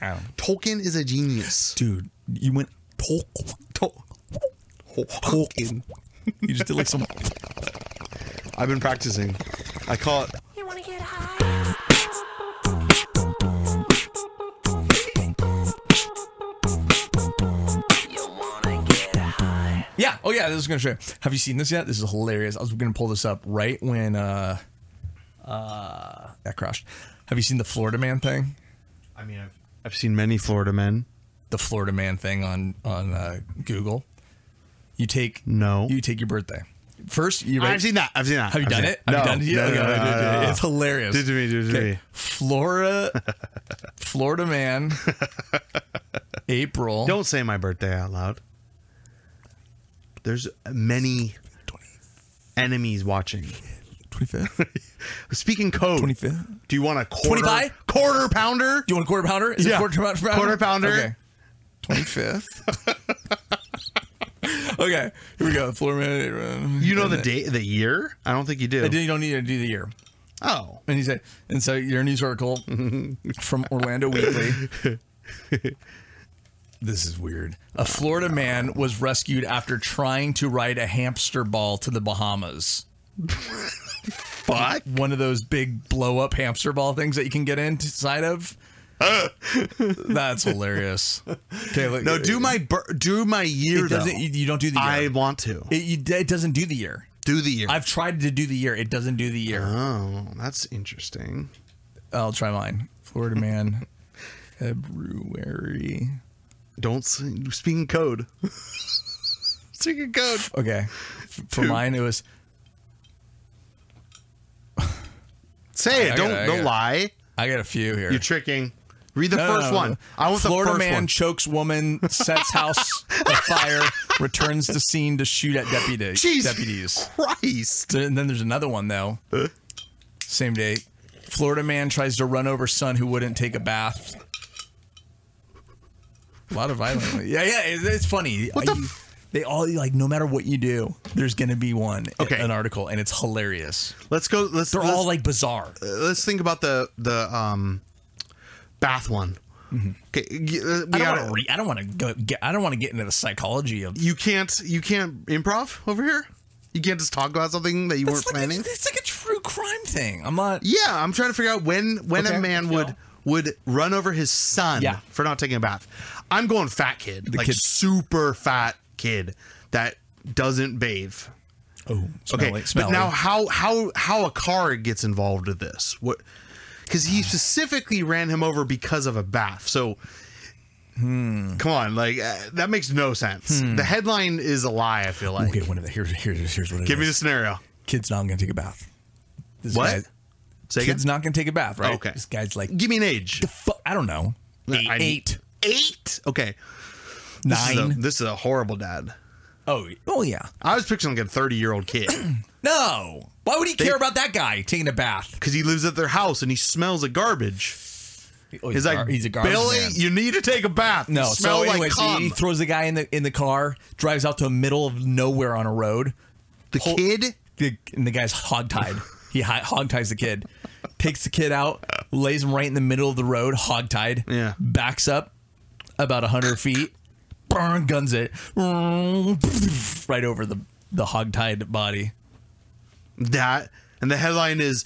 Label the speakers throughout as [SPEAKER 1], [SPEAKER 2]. [SPEAKER 1] I don't-
[SPEAKER 2] Tolkien is a genius.
[SPEAKER 1] dude. You went Tol- Tol-
[SPEAKER 2] Tolkien.
[SPEAKER 1] You just did like some.
[SPEAKER 2] I've been practicing. I call it.
[SPEAKER 3] You wanna get high? You wanna get high?
[SPEAKER 1] Yeah. Oh yeah. This is gonna show. Have you seen this yet? This is hilarious. I was gonna pull this up right when uh, uh, that crashed. Have you seen the Florida Man thing?
[SPEAKER 2] I mean, I've, I've seen many Florida men.
[SPEAKER 1] The Florida Man thing on on uh, Google. You take
[SPEAKER 2] No.
[SPEAKER 1] You take your birthday first. You
[SPEAKER 2] I've seen that. I've seen that.
[SPEAKER 1] Have you
[SPEAKER 2] I've
[SPEAKER 1] done
[SPEAKER 2] seen
[SPEAKER 1] it? Have you
[SPEAKER 2] No.
[SPEAKER 1] done it? Yeah,
[SPEAKER 2] No,
[SPEAKER 1] okay,
[SPEAKER 2] no, no,
[SPEAKER 1] okay,
[SPEAKER 2] no,
[SPEAKER 1] okay.
[SPEAKER 2] no.
[SPEAKER 1] It's hilarious.
[SPEAKER 2] Do it to me, do it to me.
[SPEAKER 1] Florida, Florida man, April.
[SPEAKER 2] Don't say my birthday out loud. There's many enemies watching.
[SPEAKER 1] 25th.
[SPEAKER 2] Speaking code.
[SPEAKER 1] 25th?
[SPEAKER 2] Do you want a quarter
[SPEAKER 1] 25?
[SPEAKER 2] quarter pounder?
[SPEAKER 1] Do you want a quarter pounder? Is it
[SPEAKER 2] Yeah.
[SPEAKER 1] quarter pou- pounder?
[SPEAKER 2] Quarter pounder.
[SPEAKER 1] Okay. 25th. okay. Here we go. Florida man. April.
[SPEAKER 2] You know the
[SPEAKER 1] And
[SPEAKER 2] date, the year? I don't think you do.
[SPEAKER 1] then- You don't need to do the year.
[SPEAKER 2] Oh,
[SPEAKER 1] And he said, and so your news article from Orlando Weekly. this is weird. A Florida man was rescued after trying to ride a hamster ball to the Bahamas.
[SPEAKER 2] fuck!
[SPEAKER 1] One of those big blow up hamster ball things that you can get inside of. That's hilarious. Okay, look,
[SPEAKER 2] No, do my bir- do my year
[SPEAKER 1] It doesn't.
[SPEAKER 2] though.
[SPEAKER 1] You, you don't do the year.
[SPEAKER 2] I want to
[SPEAKER 1] it, you, it doesn't do the year.
[SPEAKER 2] do the year.
[SPEAKER 1] I've tried to do the year. It doesn't do the year.
[SPEAKER 2] oh, that's interesting.
[SPEAKER 1] I'll try mine. Florida man, February.
[SPEAKER 2] Don't sing, speaking code. speaking code.
[SPEAKER 1] Okay. F- For mine, it was
[SPEAKER 2] Say
[SPEAKER 1] I got
[SPEAKER 2] it. Don't
[SPEAKER 1] it, I got
[SPEAKER 2] don't
[SPEAKER 1] it.
[SPEAKER 2] lie.
[SPEAKER 1] I got a few here.
[SPEAKER 2] You're tricking. Read the
[SPEAKER 1] No, no,
[SPEAKER 2] first
[SPEAKER 1] no, no.
[SPEAKER 2] one. I want
[SPEAKER 1] Florida
[SPEAKER 2] the first
[SPEAKER 1] man
[SPEAKER 2] one.
[SPEAKER 1] chokes woman, sets house afire, returns to scene to shoot at deputy,
[SPEAKER 2] Jeez
[SPEAKER 1] deputies.
[SPEAKER 2] Christ.
[SPEAKER 1] And then there's another one though. Same day. Florida man tries to run over son who wouldn't take a bath. A lot of violence. Yeah, yeah, it- it's funny.
[SPEAKER 2] What the
[SPEAKER 1] You-
[SPEAKER 2] f-
[SPEAKER 1] they all like no matter what you do, there's gonna be one
[SPEAKER 2] Okay.
[SPEAKER 1] an article, and it's hilarious.
[SPEAKER 2] Let's go. Let's.
[SPEAKER 1] They're
[SPEAKER 2] let's,
[SPEAKER 1] all like bizarre.
[SPEAKER 2] let's think about the the um bath one. Okay, y- uh, we
[SPEAKER 1] I don't
[SPEAKER 2] gotta-
[SPEAKER 1] want to. Re- I don't want to go. Get, I don't want to get into the psychology of.
[SPEAKER 2] you can't you can't improv over here. You can't just talk about something that you weren't
[SPEAKER 1] It's like,
[SPEAKER 2] planning.
[SPEAKER 1] a, it's like a true crime thing. I'm not.
[SPEAKER 2] Yeah, I'm trying to figure out when when
[SPEAKER 1] Okay.
[SPEAKER 2] a man would would run over his son
[SPEAKER 1] Yeah.
[SPEAKER 2] for not taking a bath. I'm going fat kid, like
[SPEAKER 1] kid-
[SPEAKER 2] super fat kid that doesn't bathe.
[SPEAKER 1] Oh, smelly,
[SPEAKER 2] Okay, but now how how how a car gets involved with this? What? Because he specifically ran him over because of a bath. So,
[SPEAKER 1] Hmm.
[SPEAKER 2] come on, like uh, that makes no sense. The headline is a lie. I feel like.
[SPEAKER 1] okay, one of the here's here's here's what it
[SPEAKER 2] Give me the
[SPEAKER 1] is.
[SPEAKER 2] scenario.
[SPEAKER 1] Kid's not gonna take a bath. This
[SPEAKER 2] What?
[SPEAKER 1] Guy,
[SPEAKER 2] Say again?
[SPEAKER 1] kid's not gonna take a bath, right?
[SPEAKER 2] Okay.
[SPEAKER 1] This guy's like,
[SPEAKER 2] Give me an age.
[SPEAKER 1] fuck, I don't know. Eight,
[SPEAKER 2] I-
[SPEAKER 1] eight,
[SPEAKER 2] Eight. Okay. This is,
[SPEAKER 1] nine.
[SPEAKER 2] a, this is a horrible dad.
[SPEAKER 1] oh, oh yeah.
[SPEAKER 2] I was picturing like a 30 year old kid
[SPEAKER 1] No. Why would he care about that guy taking a bath?
[SPEAKER 2] because he lives at their house and he smells of garbage.
[SPEAKER 1] Oh,
[SPEAKER 2] He's
[SPEAKER 1] gar-
[SPEAKER 2] like,
[SPEAKER 1] he's a garbage
[SPEAKER 2] Billy,
[SPEAKER 1] man."
[SPEAKER 2] you need to take a bath. You
[SPEAKER 1] No,
[SPEAKER 2] smell
[SPEAKER 1] so
[SPEAKER 2] like
[SPEAKER 1] anyways, he-
[SPEAKER 2] cum.
[SPEAKER 1] he throws the guy in the in the car, drives out to the middle of nowhere on a road.
[SPEAKER 2] the
[SPEAKER 1] whole-
[SPEAKER 2] kid.
[SPEAKER 1] the, and the guy's hogtied. He hi- hogties the kid, takes the kid out, lays him right in the middle of the road, hogtied.
[SPEAKER 2] Yeah.
[SPEAKER 1] Backs up about hundred feet, burn guns it right over the the hogtied body.
[SPEAKER 2] That and the headline is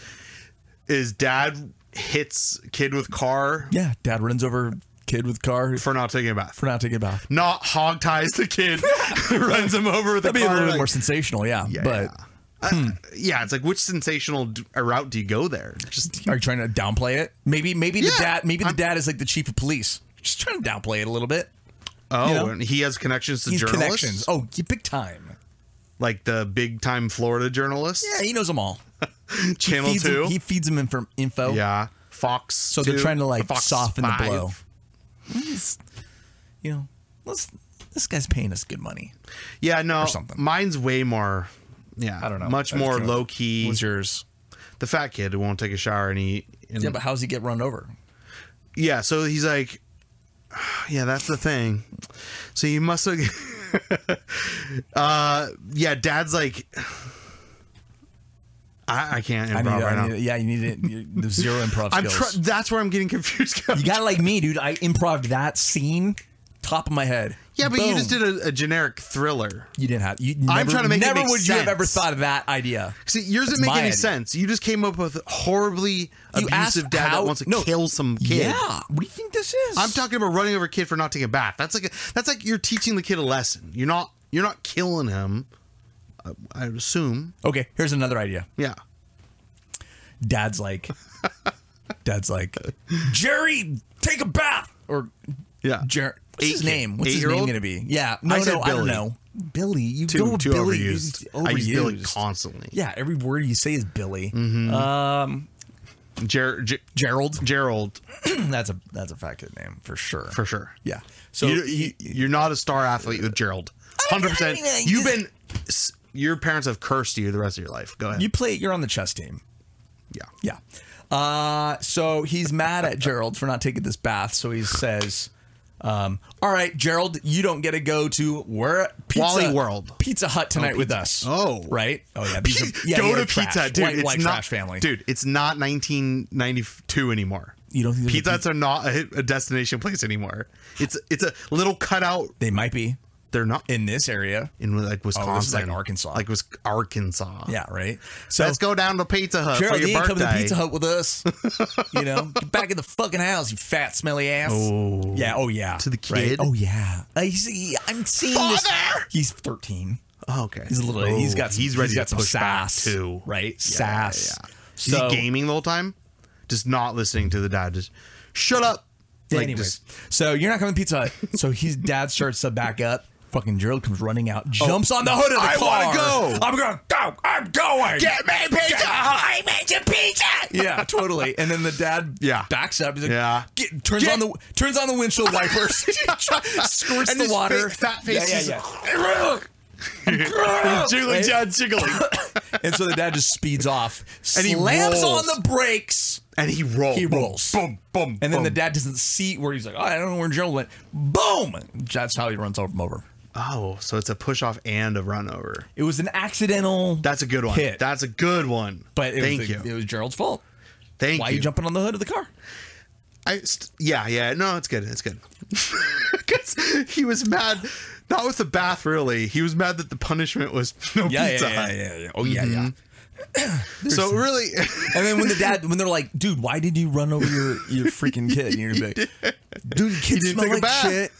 [SPEAKER 2] is dad hits kid with car
[SPEAKER 1] Yeah, dad runs over kid with car for
[SPEAKER 2] for not taking a bath.
[SPEAKER 1] not taking a bath.
[SPEAKER 2] Not hog ties the kid, runs him over with a
[SPEAKER 1] That'd be a
[SPEAKER 2] car.
[SPEAKER 1] little bit
[SPEAKER 2] like-
[SPEAKER 1] more sensational, yeah.
[SPEAKER 2] Yeah,
[SPEAKER 1] but hmm.
[SPEAKER 2] yeah. Uh, yeah, it's like which sensational d- route do you go there? Just
[SPEAKER 1] are you trying to downplay it? Maybe maybe the
[SPEAKER 2] Yeah,
[SPEAKER 1] dad maybe the
[SPEAKER 2] I'm-
[SPEAKER 1] dad is like the chief of police. Just trying to downplay it a little bit.
[SPEAKER 2] oh,
[SPEAKER 1] know?
[SPEAKER 2] and he has connections to
[SPEAKER 1] He's
[SPEAKER 2] journalists,
[SPEAKER 1] connections. Oh, big time.
[SPEAKER 2] like the big time Florida journalists,
[SPEAKER 1] Yeah, he knows them all.
[SPEAKER 2] Channel
[SPEAKER 1] feeds
[SPEAKER 2] Two,
[SPEAKER 1] Him, he feeds him inf- info.
[SPEAKER 2] yeah, Fox. So
[SPEAKER 1] they're trying to, like, soften the blow. You know, let's, this guy's paying us good money.
[SPEAKER 2] Yeah, no,
[SPEAKER 1] something.
[SPEAKER 2] mine's way more. Yeah,
[SPEAKER 1] I don't know.
[SPEAKER 2] Much
[SPEAKER 1] I was
[SPEAKER 2] more
[SPEAKER 1] kinda-
[SPEAKER 2] low key.
[SPEAKER 1] What's yours?
[SPEAKER 2] the fat kid who won't take a shower and he. And,
[SPEAKER 1] Yeah, but how's he get run over?
[SPEAKER 2] yeah, so he's like, yeah, that's the thing. So you must have. uh, yeah, dad's like, I, I can't
[SPEAKER 1] I need,
[SPEAKER 2] improv
[SPEAKER 1] I
[SPEAKER 2] right
[SPEAKER 1] need-
[SPEAKER 2] now.
[SPEAKER 1] yeah, you need it. you- The zero improv
[SPEAKER 2] I'm
[SPEAKER 1] skills.
[SPEAKER 2] tr- that's where I'm getting confused.
[SPEAKER 1] you got like me, dude. I improved that scene top of my head.
[SPEAKER 2] yeah, but you
[SPEAKER 1] Boom.
[SPEAKER 2] just did a, a generic thriller.
[SPEAKER 1] You didn't have. You never,
[SPEAKER 2] trying to make it
[SPEAKER 1] Never
[SPEAKER 2] make
[SPEAKER 1] would you have
[SPEAKER 2] sense.
[SPEAKER 1] ever thought of that idea.
[SPEAKER 2] See, yours
[SPEAKER 1] That's
[SPEAKER 2] didn't make
[SPEAKER 1] my
[SPEAKER 2] any
[SPEAKER 1] idea.
[SPEAKER 2] sense. You just came up with horribly
[SPEAKER 1] You asked
[SPEAKER 2] abusive dad
[SPEAKER 1] how-
[SPEAKER 2] that wants to
[SPEAKER 1] no.
[SPEAKER 2] kill some kid.
[SPEAKER 1] Yeah. What do you think this is?
[SPEAKER 2] I'm talking about running over a kid for not taking a bath. That's like a, that's like you're teaching the kid a lesson. You're not you're not killing him. uh, I, I would assume.
[SPEAKER 1] Okay, here's another idea.
[SPEAKER 2] Yeah.
[SPEAKER 1] Dad's like, Dad's like, Jerry, take a bath. Or
[SPEAKER 2] Yeah.
[SPEAKER 1] Jer- what's his
[SPEAKER 2] Eight-year-
[SPEAKER 1] name? What's his name
[SPEAKER 2] eight-year-old?
[SPEAKER 1] going to be? Yeah, no,
[SPEAKER 2] I
[SPEAKER 1] no,
[SPEAKER 2] said
[SPEAKER 1] I don't
[SPEAKER 2] Billy.
[SPEAKER 1] know. Billy, you
[SPEAKER 2] Too,
[SPEAKER 1] go with
[SPEAKER 2] too
[SPEAKER 1] Billy. you-
[SPEAKER 2] overused.
[SPEAKER 1] it's
[SPEAKER 2] I use Billy
[SPEAKER 1] overused.
[SPEAKER 2] constantly.
[SPEAKER 1] Yeah, every word you say is Billy. Um,
[SPEAKER 2] Ger- Ger-
[SPEAKER 1] Gerald.
[SPEAKER 2] Gerald,
[SPEAKER 1] that's a that's a fact good name for sure.
[SPEAKER 2] for sure.
[SPEAKER 1] Yeah. So
[SPEAKER 2] So you, you, are not a star athlete with Gerald. Hundred percent. You've been. s- Your parents have cursed you the rest of your life. Go ahead.
[SPEAKER 1] you play. You're on the chess team.
[SPEAKER 2] yeah.
[SPEAKER 1] Yeah. Uh, so he's mad at Gerald for not taking this bath. So he says, um, "All right, Gerald, you don't get to go to where pizza,
[SPEAKER 2] Wally World.
[SPEAKER 1] Pizza Hut tonight with
[SPEAKER 2] Pizza-
[SPEAKER 1] us.
[SPEAKER 2] Oh.
[SPEAKER 1] right. Oh yeah. These are- yeah,
[SPEAKER 2] Go
[SPEAKER 1] yeah,
[SPEAKER 2] to
[SPEAKER 1] trash.
[SPEAKER 2] Pizza Hut, dude.
[SPEAKER 1] White,
[SPEAKER 2] it's
[SPEAKER 1] white
[SPEAKER 2] not,
[SPEAKER 1] trash family.
[SPEAKER 2] dude. It's not 1992 anymore.
[SPEAKER 1] You don't think there's a
[SPEAKER 2] Pizza
[SPEAKER 1] pi-
[SPEAKER 2] Huts are not a, a destination place anymore. It's it's a little cutout.
[SPEAKER 1] They might be
[SPEAKER 2] They're not in,
[SPEAKER 1] in this area.
[SPEAKER 2] like Wisconsin,
[SPEAKER 1] Oh, this is like Arkansas.
[SPEAKER 2] like was Arkansas.
[SPEAKER 1] Yeah. Right. So
[SPEAKER 2] let's go down to Pizza Hut
[SPEAKER 1] Gerald,
[SPEAKER 2] for
[SPEAKER 1] you
[SPEAKER 2] your
[SPEAKER 1] ain't
[SPEAKER 2] birthday.
[SPEAKER 1] coming to Pizza Hut with us. you know, get back in the fucking house, you fat, smelly ass.
[SPEAKER 2] Oh.
[SPEAKER 1] yeah, oh yeah. To
[SPEAKER 2] the kid?
[SPEAKER 1] Oh yeah. Uh, he's, he, I'm seeing this.
[SPEAKER 2] Father!
[SPEAKER 1] He's 13.
[SPEAKER 2] Oh, okay,
[SPEAKER 1] He's a little.
[SPEAKER 2] Oh,
[SPEAKER 1] he's got. Some,
[SPEAKER 2] he's ready to
[SPEAKER 1] got some
[SPEAKER 2] push back
[SPEAKER 1] sass
[SPEAKER 2] too.
[SPEAKER 1] Right,
[SPEAKER 2] Yeah,
[SPEAKER 1] sass.
[SPEAKER 2] yeah, yeah.
[SPEAKER 1] So,
[SPEAKER 2] Is he gaming the whole time? Just not listening to the dad. Just shut up. Like,
[SPEAKER 1] anyways,
[SPEAKER 2] just-
[SPEAKER 1] so you're not coming to Pizza Hut. so his dad starts to back up. Fucking Gerald comes running out, jumps on the hood of the
[SPEAKER 2] Oh, I
[SPEAKER 1] car.
[SPEAKER 2] wanna go.
[SPEAKER 1] I'm gonna go. I'm going.
[SPEAKER 2] Get me pizza!
[SPEAKER 1] I made you pizza. Yeah, totally. And then the dad
[SPEAKER 2] Yeah.
[SPEAKER 1] backs up. He's like,
[SPEAKER 2] Yeah.
[SPEAKER 1] Get, turns
[SPEAKER 2] Get-
[SPEAKER 1] on the turns on the windshield wipers, squirts
[SPEAKER 2] And
[SPEAKER 1] the
[SPEAKER 2] his
[SPEAKER 1] water.
[SPEAKER 2] big fat face
[SPEAKER 1] Yeah,
[SPEAKER 2] is-
[SPEAKER 1] yeah, yeah.
[SPEAKER 2] Jiggly
[SPEAKER 1] Right?
[SPEAKER 2] John jiggly.
[SPEAKER 1] and so the dad just speeds off,
[SPEAKER 2] And he
[SPEAKER 1] slams
[SPEAKER 2] rolls.
[SPEAKER 1] on the brakes.
[SPEAKER 2] and he rolls.
[SPEAKER 1] He rolls.
[SPEAKER 2] Boom, boom.
[SPEAKER 1] And then the
[SPEAKER 2] boom.
[SPEAKER 1] dad doesn't see where he's like, oh, I don't know where Gerald went. Boom! That's how he runs over him over.
[SPEAKER 2] Oh, so it's a push off and a run over.
[SPEAKER 1] It was an accidental,
[SPEAKER 2] That's a good one.
[SPEAKER 1] Hit.
[SPEAKER 2] That's a good one.
[SPEAKER 1] but it
[SPEAKER 2] thank
[SPEAKER 1] was
[SPEAKER 2] you.
[SPEAKER 1] it was Gerald's fault.
[SPEAKER 2] thank
[SPEAKER 1] Why are
[SPEAKER 2] you.
[SPEAKER 1] you jumping on the hood of the car?
[SPEAKER 2] I st- yeah, yeah. No, it's good. It's good. Because he was mad, not with the bath really. He was mad that the punishment was no
[SPEAKER 1] Yeah,
[SPEAKER 2] pizza.
[SPEAKER 1] yeah,
[SPEAKER 2] Hut. Mm-hmm.
[SPEAKER 1] yeah, yeah, yeah. Oh yeah, yeah.
[SPEAKER 2] So really,
[SPEAKER 1] And then when the dad, when they're like, "Dude, why did you run over your your freaking kid?" And you're gonna be like, "Dude, your kid
[SPEAKER 2] didn't
[SPEAKER 1] smell
[SPEAKER 2] take a
[SPEAKER 1] like
[SPEAKER 2] bath.
[SPEAKER 1] shit."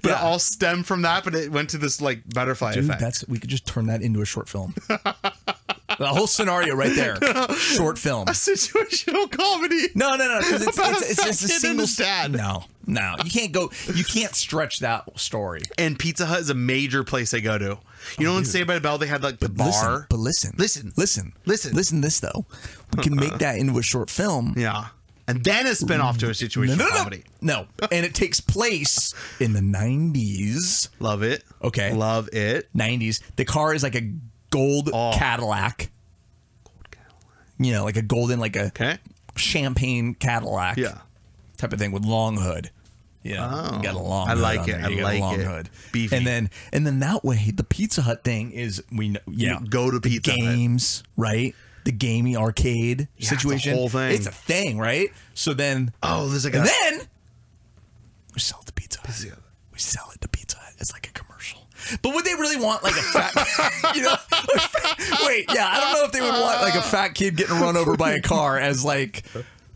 [SPEAKER 2] but
[SPEAKER 1] Yeah.
[SPEAKER 2] it all stemmed from that. But it went to this like butterfly
[SPEAKER 1] Dude,
[SPEAKER 2] effect.
[SPEAKER 1] that's we could just turn that into a short film. the whole scenario right there, short film.
[SPEAKER 2] Situational comedy.
[SPEAKER 1] No, no, no. 'cause It's,
[SPEAKER 2] About
[SPEAKER 1] it's,
[SPEAKER 2] a
[SPEAKER 1] it's,
[SPEAKER 2] fat
[SPEAKER 1] just a
[SPEAKER 2] kid and
[SPEAKER 1] single
[SPEAKER 2] his dad.
[SPEAKER 1] No, no. You can't go. You can't stretch that story.
[SPEAKER 2] And Pizza Hut is a major place they go to. You know, in Saved by the Bell, they had like the
[SPEAKER 1] Listen,
[SPEAKER 2] bar.
[SPEAKER 1] Oh, but listen,
[SPEAKER 2] Listen.
[SPEAKER 1] listen,
[SPEAKER 2] Listen.
[SPEAKER 1] listen. to This though, we can make that into a short film.
[SPEAKER 2] yeah, and then a spin off to a situational
[SPEAKER 1] No, no, no,
[SPEAKER 2] comedy.
[SPEAKER 1] no. And it takes place in the '90s.
[SPEAKER 2] Love it.
[SPEAKER 1] Okay.
[SPEAKER 2] Love it.
[SPEAKER 1] 90s. The car is like a gold
[SPEAKER 2] Oh.
[SPEAKER 1] Cadillac. You know, like a golden, like a
[SPEAKER 2] Okay.
[SPEAKER 1] champagne Cadillac.
[SPEAKER 2] Yeah.
[SPEAKER 1] Type of thing with long hood. Yeah.
[SPEAKER 2] Oh.
[SPEAKER 1] you got a long
[SPEAKER 2] I
[SPEAKER 1] hood
[SPEAKER 2] like
[SPEAKER 1] on
[SPEAKER 2] it.
[SPEAKER 1] there.
[SPEAKER 2] I
[SPEAKER 1] You got
[SPEAKER 2] like
[SPEAKER 1] a long
[SPEAKER 2] it.
[SPEAKER 1] hood.
[SPEAKER 2] Beefy.
[SPEAKER 1] And then and then that way the Pizza Hut thing is we know yeah.
[SPEAKER 2] go to
[SPEAKER 1] the
[SPEAKER 2] Pizza Hut.
[SPEAKER 1] games, right? The gamey arcade
[SPEAKER 2] it's a
[SPEAKER 1] situation.
[SPEAKER 2] whole thing.
[SPEAKER 1] It's a thing, right? So then
[SPEAKER 2] Oh, there's like a
[SPEAKER 1] and then we sell it to Pizza Hut. We sell it to Pizza Hut. It's like a commercial. But would they really want like a fat, you know? a fat- Wait, yeah, I don't know if they would want like a fat kid getting run over by a car as like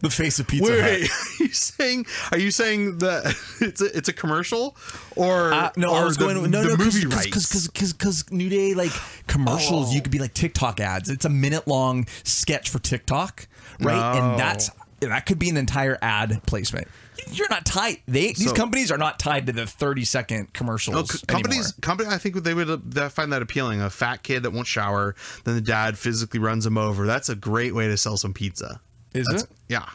[SPEAKER 1] the face of Pizza
[SPEAKER 2] Wait,
[SPEAKER 1] Hut.
[SPEAKER 2] wait, are you saying are you saying that it's a it's a commercial or
[SPEAKER 1] Uh, no,
[SPEAKER 2] or
[SPEAKER 1] I was
[SPEAKER 2] the,
[SPEAKER 1] going with, no, no,
[SPEAKER 2] the movie
[SPEAKER 1] cause,
[SPEAKER 2] rights? Oh.
[SPEAKER 1] because because because New Day like commercials, you could be like TikTok ads. It's a minute long sketch for TikTok, right?
[SPEAKER 2] Oh.
[SPEAKER 1] And that's that could be an entire ad placement. You're not tied. They these
[SPEAKER 2] So-
[SPEAKER 1] companies are not tied to the 30 second commercials.
[SPEAKER 2] No, c-
[SPEAKER 1] anymore.
[SPEAKER 2] companies, company, I think they would uh, they find that appealing. A fat kid that won't shower, then the dad physically runs him over. That's a great way to sell some pizza.
[SPEAKER 1] Is
[SPEAKER 2] That's-
[SPEAKER 1] it?
[SPEAKER 2] Yeah,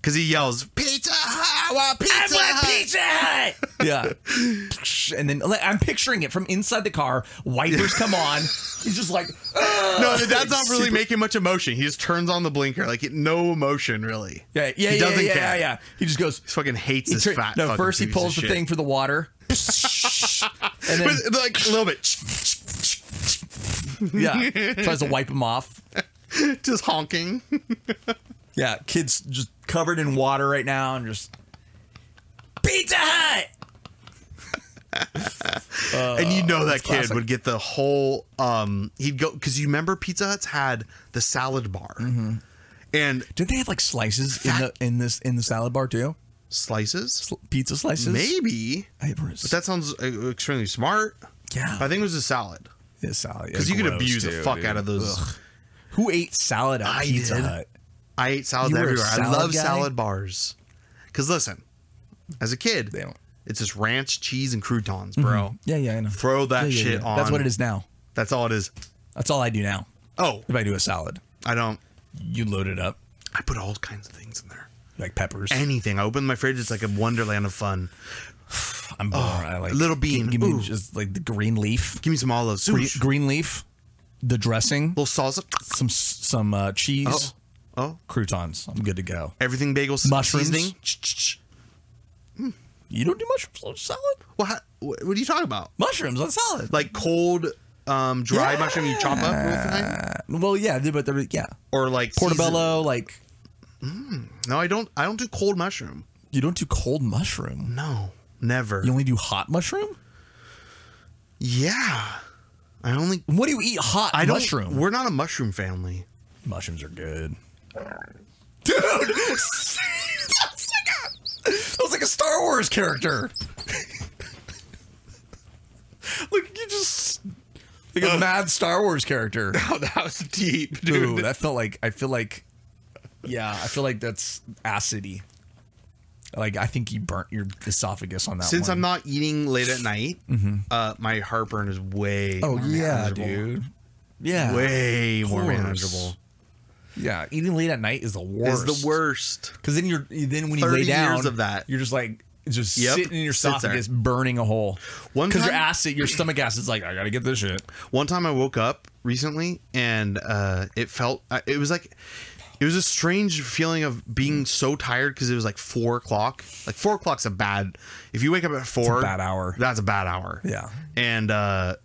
[SPEAKER 2] because he yells pizza. Hut, I want pizza. Hut!"
[SPEAKER 1] Hut. yeah. And then like, I'm picturing it from inside the car. Wipers come on. He's just like, "Ugh."
[SPEAKER 2] No, the dad's not really making much emotion. He just turns on the blinker, like no emotion really.
[SPEAKER 1] yeah, yeah,
[SPEAKER 2] he
[SPEAKER 1] yeah,
[SPEAKER 2] doesn't
[SPEAKER 1] yeah,
[SPEAKER 2] care.
[SPEAKER 1] yeah, yeah. He just goes.
[SPEAKER 2] He fucking hates
[SPEAKER 1] He
[SPEAKER 2] this
[SPEAKER 1] tur-
[SPEAKER 2] fat.
[SPEAKER 1] no,
[SPEAKER 2] fucking
[SPEAKER 1] first he
[SPEAKER 2] piece of
[SPEAKER 1] pulls the
[SPEAKER 2] shit.
[SPEAKER 1] thing for the water, and then
[SPEAKER 2] But, like a little bit.
[SPEAKER 1] Yeah, tries to wipe him off.
[SPEAKER 2] just honking.
[SPEAKER 1] Yeah, kids just covered in water right now and just Pizza Hut.
[SPEAKER 2] and you know that kid
[SPEAKER 1] Uh, classic.
[SPEAKER 2] would get the whole um he'd go cuz you remember Pizza Hut's had the salad bar.
[SPEAKER 1] Mm-hmm.
[SPEAKER 2] And
[SPEAKER 1] Didn't they have like slices in the
[SPEAKER 2] Fact-
[SPEAKER 1] in this in the salad bar too?
[SPEAKER 2] slices?
[SPEAKER 1] Sl- Pizza slices.
[SPEAKER 2] Maybe.
[SPEAKER 1] I have res-
[SPEAKER 2] But that sounds uh, extremely smart.
[SPEAKER 1] Yeah.
[SPEAKER 2] But I think it was a salad.
[SPEAKER 1] Yeah, salad.
[SPEAKER 2] Cuz you could
[SPEAKER 1] Gross,
[SPEAKER 2] abuse the
[SPEAKER 1] too,
[SPEAKER 2] fuck
[SPEAKER 1] dude.
[SPEAKER 2] out of those.
[SPEAKER 1] Ugh. Who ate salad at
[SPEAKER 2] I
[SPEAKER 1] Pizza
[SPEAKER 2] did.
[SPEAKER 1] Hut?
[SPEAKER 2] I ate salads
[SPEAKER 1] You were a
[SPEAKER 2] everywhere. I
[SPEAKER 1] salad
[SPEAKER 2] love
[SPEAKER 1] guy?
[SPEAKER 2] salad bars. Cuz listen, as a kid,
[SPEAKER 1] They don't- Mm-hmm.
[SPEAKER 2] it's just ranch, cheese and croutons, bro.
[SPEAKER 1] Yeah, yeah, I know.
[SPEAKER 2] Throw that
[SPEAKER 1] Yeah, yeah,
[SPEAKER 2] shit
[SPEAKER 1] yeah.
[SPEAKER 2] on.
[SPEAKER 1] That's what it is now.
[SPEAKER 2] That's all it is.
[SPEAKER 1] That's all I do now.
[SPEAKER 2] Oh,
[SPEAKER 1] If I do a salad,
[SPEAKER 2] I don't
[SPEAKER 1] you load it up
[SPEAKER 2] I put all kinds of things in there.
[SPEAKER 1] like peppers.
[SPEAKER 2] anything. I open my fridge, it's like a wonderland of fun.
[SPEAKER 1] I'm bored. I like
[SPEAKER 2] little bean.
[SPEAKER 1] Give, give me
[SPEAKER 2] Ooh.
[SPEAKER 1] just like the green leaf,
[SPEAKER 2] Give me some olives.
[SPEAKER 1] green,
[SPEAKER 2] Whoosh.
[SPEAKER 1] green leaf, the dressing,
[SPEAKER 2] Little salsa.
[SPEAKER 1] some some uh, cheese,
[SPEAKER 2] Oh. Oh.
[SPEAKER 1] croutons. I'm good to go.
[SPEAKER 2] Everything bagel s-
[SPEAKER 1] Mushrooms.
[SPEAKER 2] seasoning. Ch- ch- ch.
[SPEAKER 1] You don't do mushrooms on salad?
[SPEAKER 2] Well, how, what what are you talking about?
[SPEAKER 1] Mushrooms on salad?
[SPEAKER 2] Like cold, um,
[SPEAKER 1] Yeah.
[SPEAKER 2] dried mushroom you chop up real fine,
[SPEAKER 1] well, yeah, they- but they're yeah
[SPEAKER 2] or like
[SPEAKER 1] portobello. Like
[SPEAKER 2] seasoned- No, I don't. I don't do cold mushroom.
[SPEAKER 1] you don't do cold mushroom.
[SPEAKER 2] No, never.
[SPEAKER 1] You only do hot mushroom.
[SPEAKER 2] yeah, I only.
[SPEAKER 1] What do you eat hot
[SPEAKER 2] I don't.
[SPEAKER 1] mushroom?
[SPEAKER 2] We're not a mushroom family.
[SPEAKER 1] Mushrooms are good. Dude! That's like a, that was like a Star Wars character. Look, you just like a mad Star Wars character.
[SPEAKER 2] Oh, that was deep,
[SPEAKER 1] Ooh, that felt like I feel like yeah, I feel like that's acidy. Like I think you burnt your esophagus on that
[SPEAKER 2] Since
[SPEAKER 1] one. Mm-hmm.
[SPEAKER 2] I'm not eating late at night, uh, my heartburn is way.
[SPEAKER 1] Oh
[SPEAKER 2] more
[SPEAKER 1] yeah,
[SPEAKER 2] manageable.
[SPEAKER 1] dude. Yeah.
[SPEAKER 2] Way
[SPEAKER 1] Of
[SPEAKER 2] more
[SPEAKER 1] course.
[SPEAKER 2] manageable.
[SPEAKER 1] Yeah, eating late at night is the worst.
[SPEAKER 2] Is the worst.
[SPEAKER 1] Because then you're then when you
[SPEAKER 2] 30
[SPEAKER 1] lay down,
[SPEAKER 2] years of that.
[SPEAKER 1] you're just like just
[SPEAKER 2] Yep,
[SPEAKER 1] sitting in your
[SPEAKER 2] sits there.
[SPEAKER 1] esophagus, burning a hole.
[SPEAKER 2] One
[SPEAKER 1] because your
[SPEAKER 2] time-
[SPEAKER 1] acid, your stomach acid's like, I gotta get this shit.
[SPEAKER 2] One time I woke up recently and uh, it felt uh, it was like it was a strange feeling of being so tired because it was like four o'clock. Like four o'clock's a bad. If you wake up at four,
[SPEAKER 1] bad hour.
[SPEAKER 2] That's a bad hour.
[SPEAKER 1] Yeah.
[SPEAKER 2] And uh,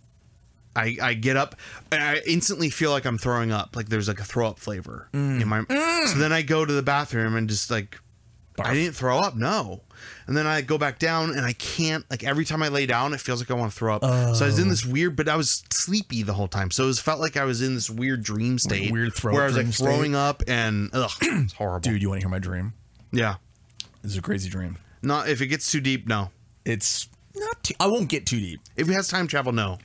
[SPEAKER 2] I I get up and I instantly feel like I'm throwing up. Like there's like a throw up flavor
[SPEAKER 1] Mm.
[SPEAKER 2] in my. So then I go to the bathroom and just like I
[SPEAKER 1] Barf.
[SPEAKER 2] didn't throw up, no. And then I go back down and I can't like every time I lay down, it feels like I want to throw up. So I was in this weird, but I was sleepy the whole time. So it was, felt like I was in this weird dream state,
[SPEAKER 1] weird throw
[SPEAKER 2] where I was like
[SPEAKER 1] dream state.
[SPEAKER 2] throwing up and ugh, it's horrible.
[SPEAKER 1] Dude, you want to hear my dream?
[SPEAKER 2] Yeah,
[SPEAKER 1] This is a crazy dream.
[SPEAKER 2] not if it gets too deep, no.
[SPEAKER 1] It's not. Too, I won't get too deep.
[SPEAKER 2] If it has time travel, no.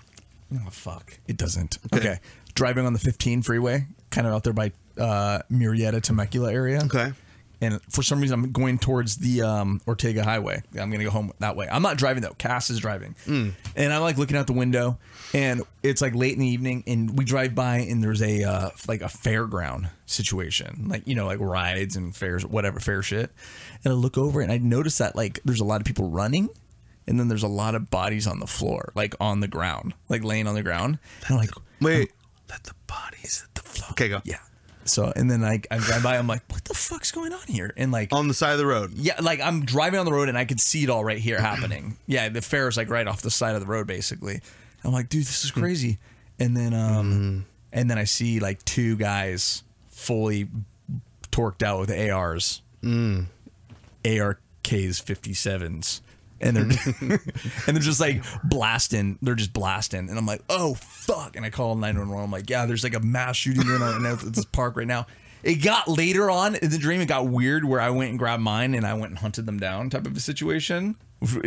[SPEAKER 1] Oh fuck, it doesn't. Okay, driving on the 15 freeway, kind of out there by uh, Murrieta Temecula area.
[SPEAKER 2] Okay.
[SPEAKER 1] And for some reason, I'm going towards the um, Ortega Highway. I'm going to go home that way. I'm not driving though. Cass is driving,
[SPEAKER 2] Mm.
[SPEAKER 1] and I'm like looking out the window, and it's like late in the evening, and we drive by, and there's a uh, like a fairground situation, like you know, like rides and fairs, whatever fair shit. And I look over, and I notice that like there's a lot of people running, and then there's a lot of bodies on the floor, like on the ground, like laying on the ground. And I'm like,
[SPEAKER 2] Wait, let the bodies at the floor. Okay, go.
[SPEAKER 1] yeah. So and then like I drive by, I'm like, what the fuck's going on here? And like
[SPEAKER 2] On the side of the road.
[SPEAKER 1] yeah, like I'm driving on the road and I could see it all right here happening. Yeah, the fair is like right off the side of the road, basically. I'm like, dude, this is crazy. And then, um, and then I see like two guys fully torqued out with ARs, ARKs, 57s, and they're and they're just like blasting. They're just blasting, and I'm like, oh fuck! And I call 911. I'm like, yeah, there's like a mass shooting going on at this park right now. It got later on in the dream. It got weird where I went and grabbed mine and I went and hunted them down, type of a situation.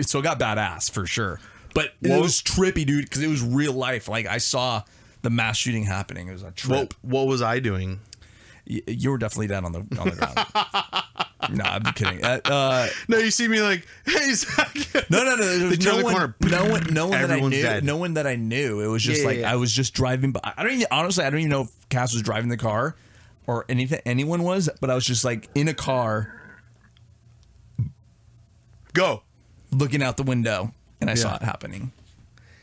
[SPEAKER 1] So it got badass for sure. But it
[SPEAKER 2] What-
[SPEAKER 1] was trippy, dude, because it was real life. Like I saw the mass shooting happening. It was a trip.
[SPEAKER 2] What What was I doing?
[SPEAKER 1] Y- you were definitely down on the on the ground. no, I'm kidding. Uh, uh,
[SPEAKER 2] No, you see me like, hey Zach.
[SPEAKER 1] No, no, no. There was
[SPEAKER 2] turn
[SPEAKER 1] no,
[SPEAKER 2] the
[SPEAKER 1] one,
[SPEAKER 2] corner.
[SPEAKER 1] no one, no one that I
[SPEAKER 2] Everyone's
[SPEAKER 1] knew.
[SPEAKER 2] dead.
[SPEAKER 1] No one that I knew. It was just
[SPEAKER 2] Yeah, yeah,
[SPEAKER 1] like
[SPEAKER 2] yeah.
[SPEAKER 1] I was just driving by. I don't even honestly. I don't even know if Cass was driving the car or anything. Anyone was, but I was just like in a car
[SPEAKER 2] go.
[SPEAKER 1] looking out the window, and I saw
[SPEAKER 2] Yeah.
[SPEAKER 1] it happening.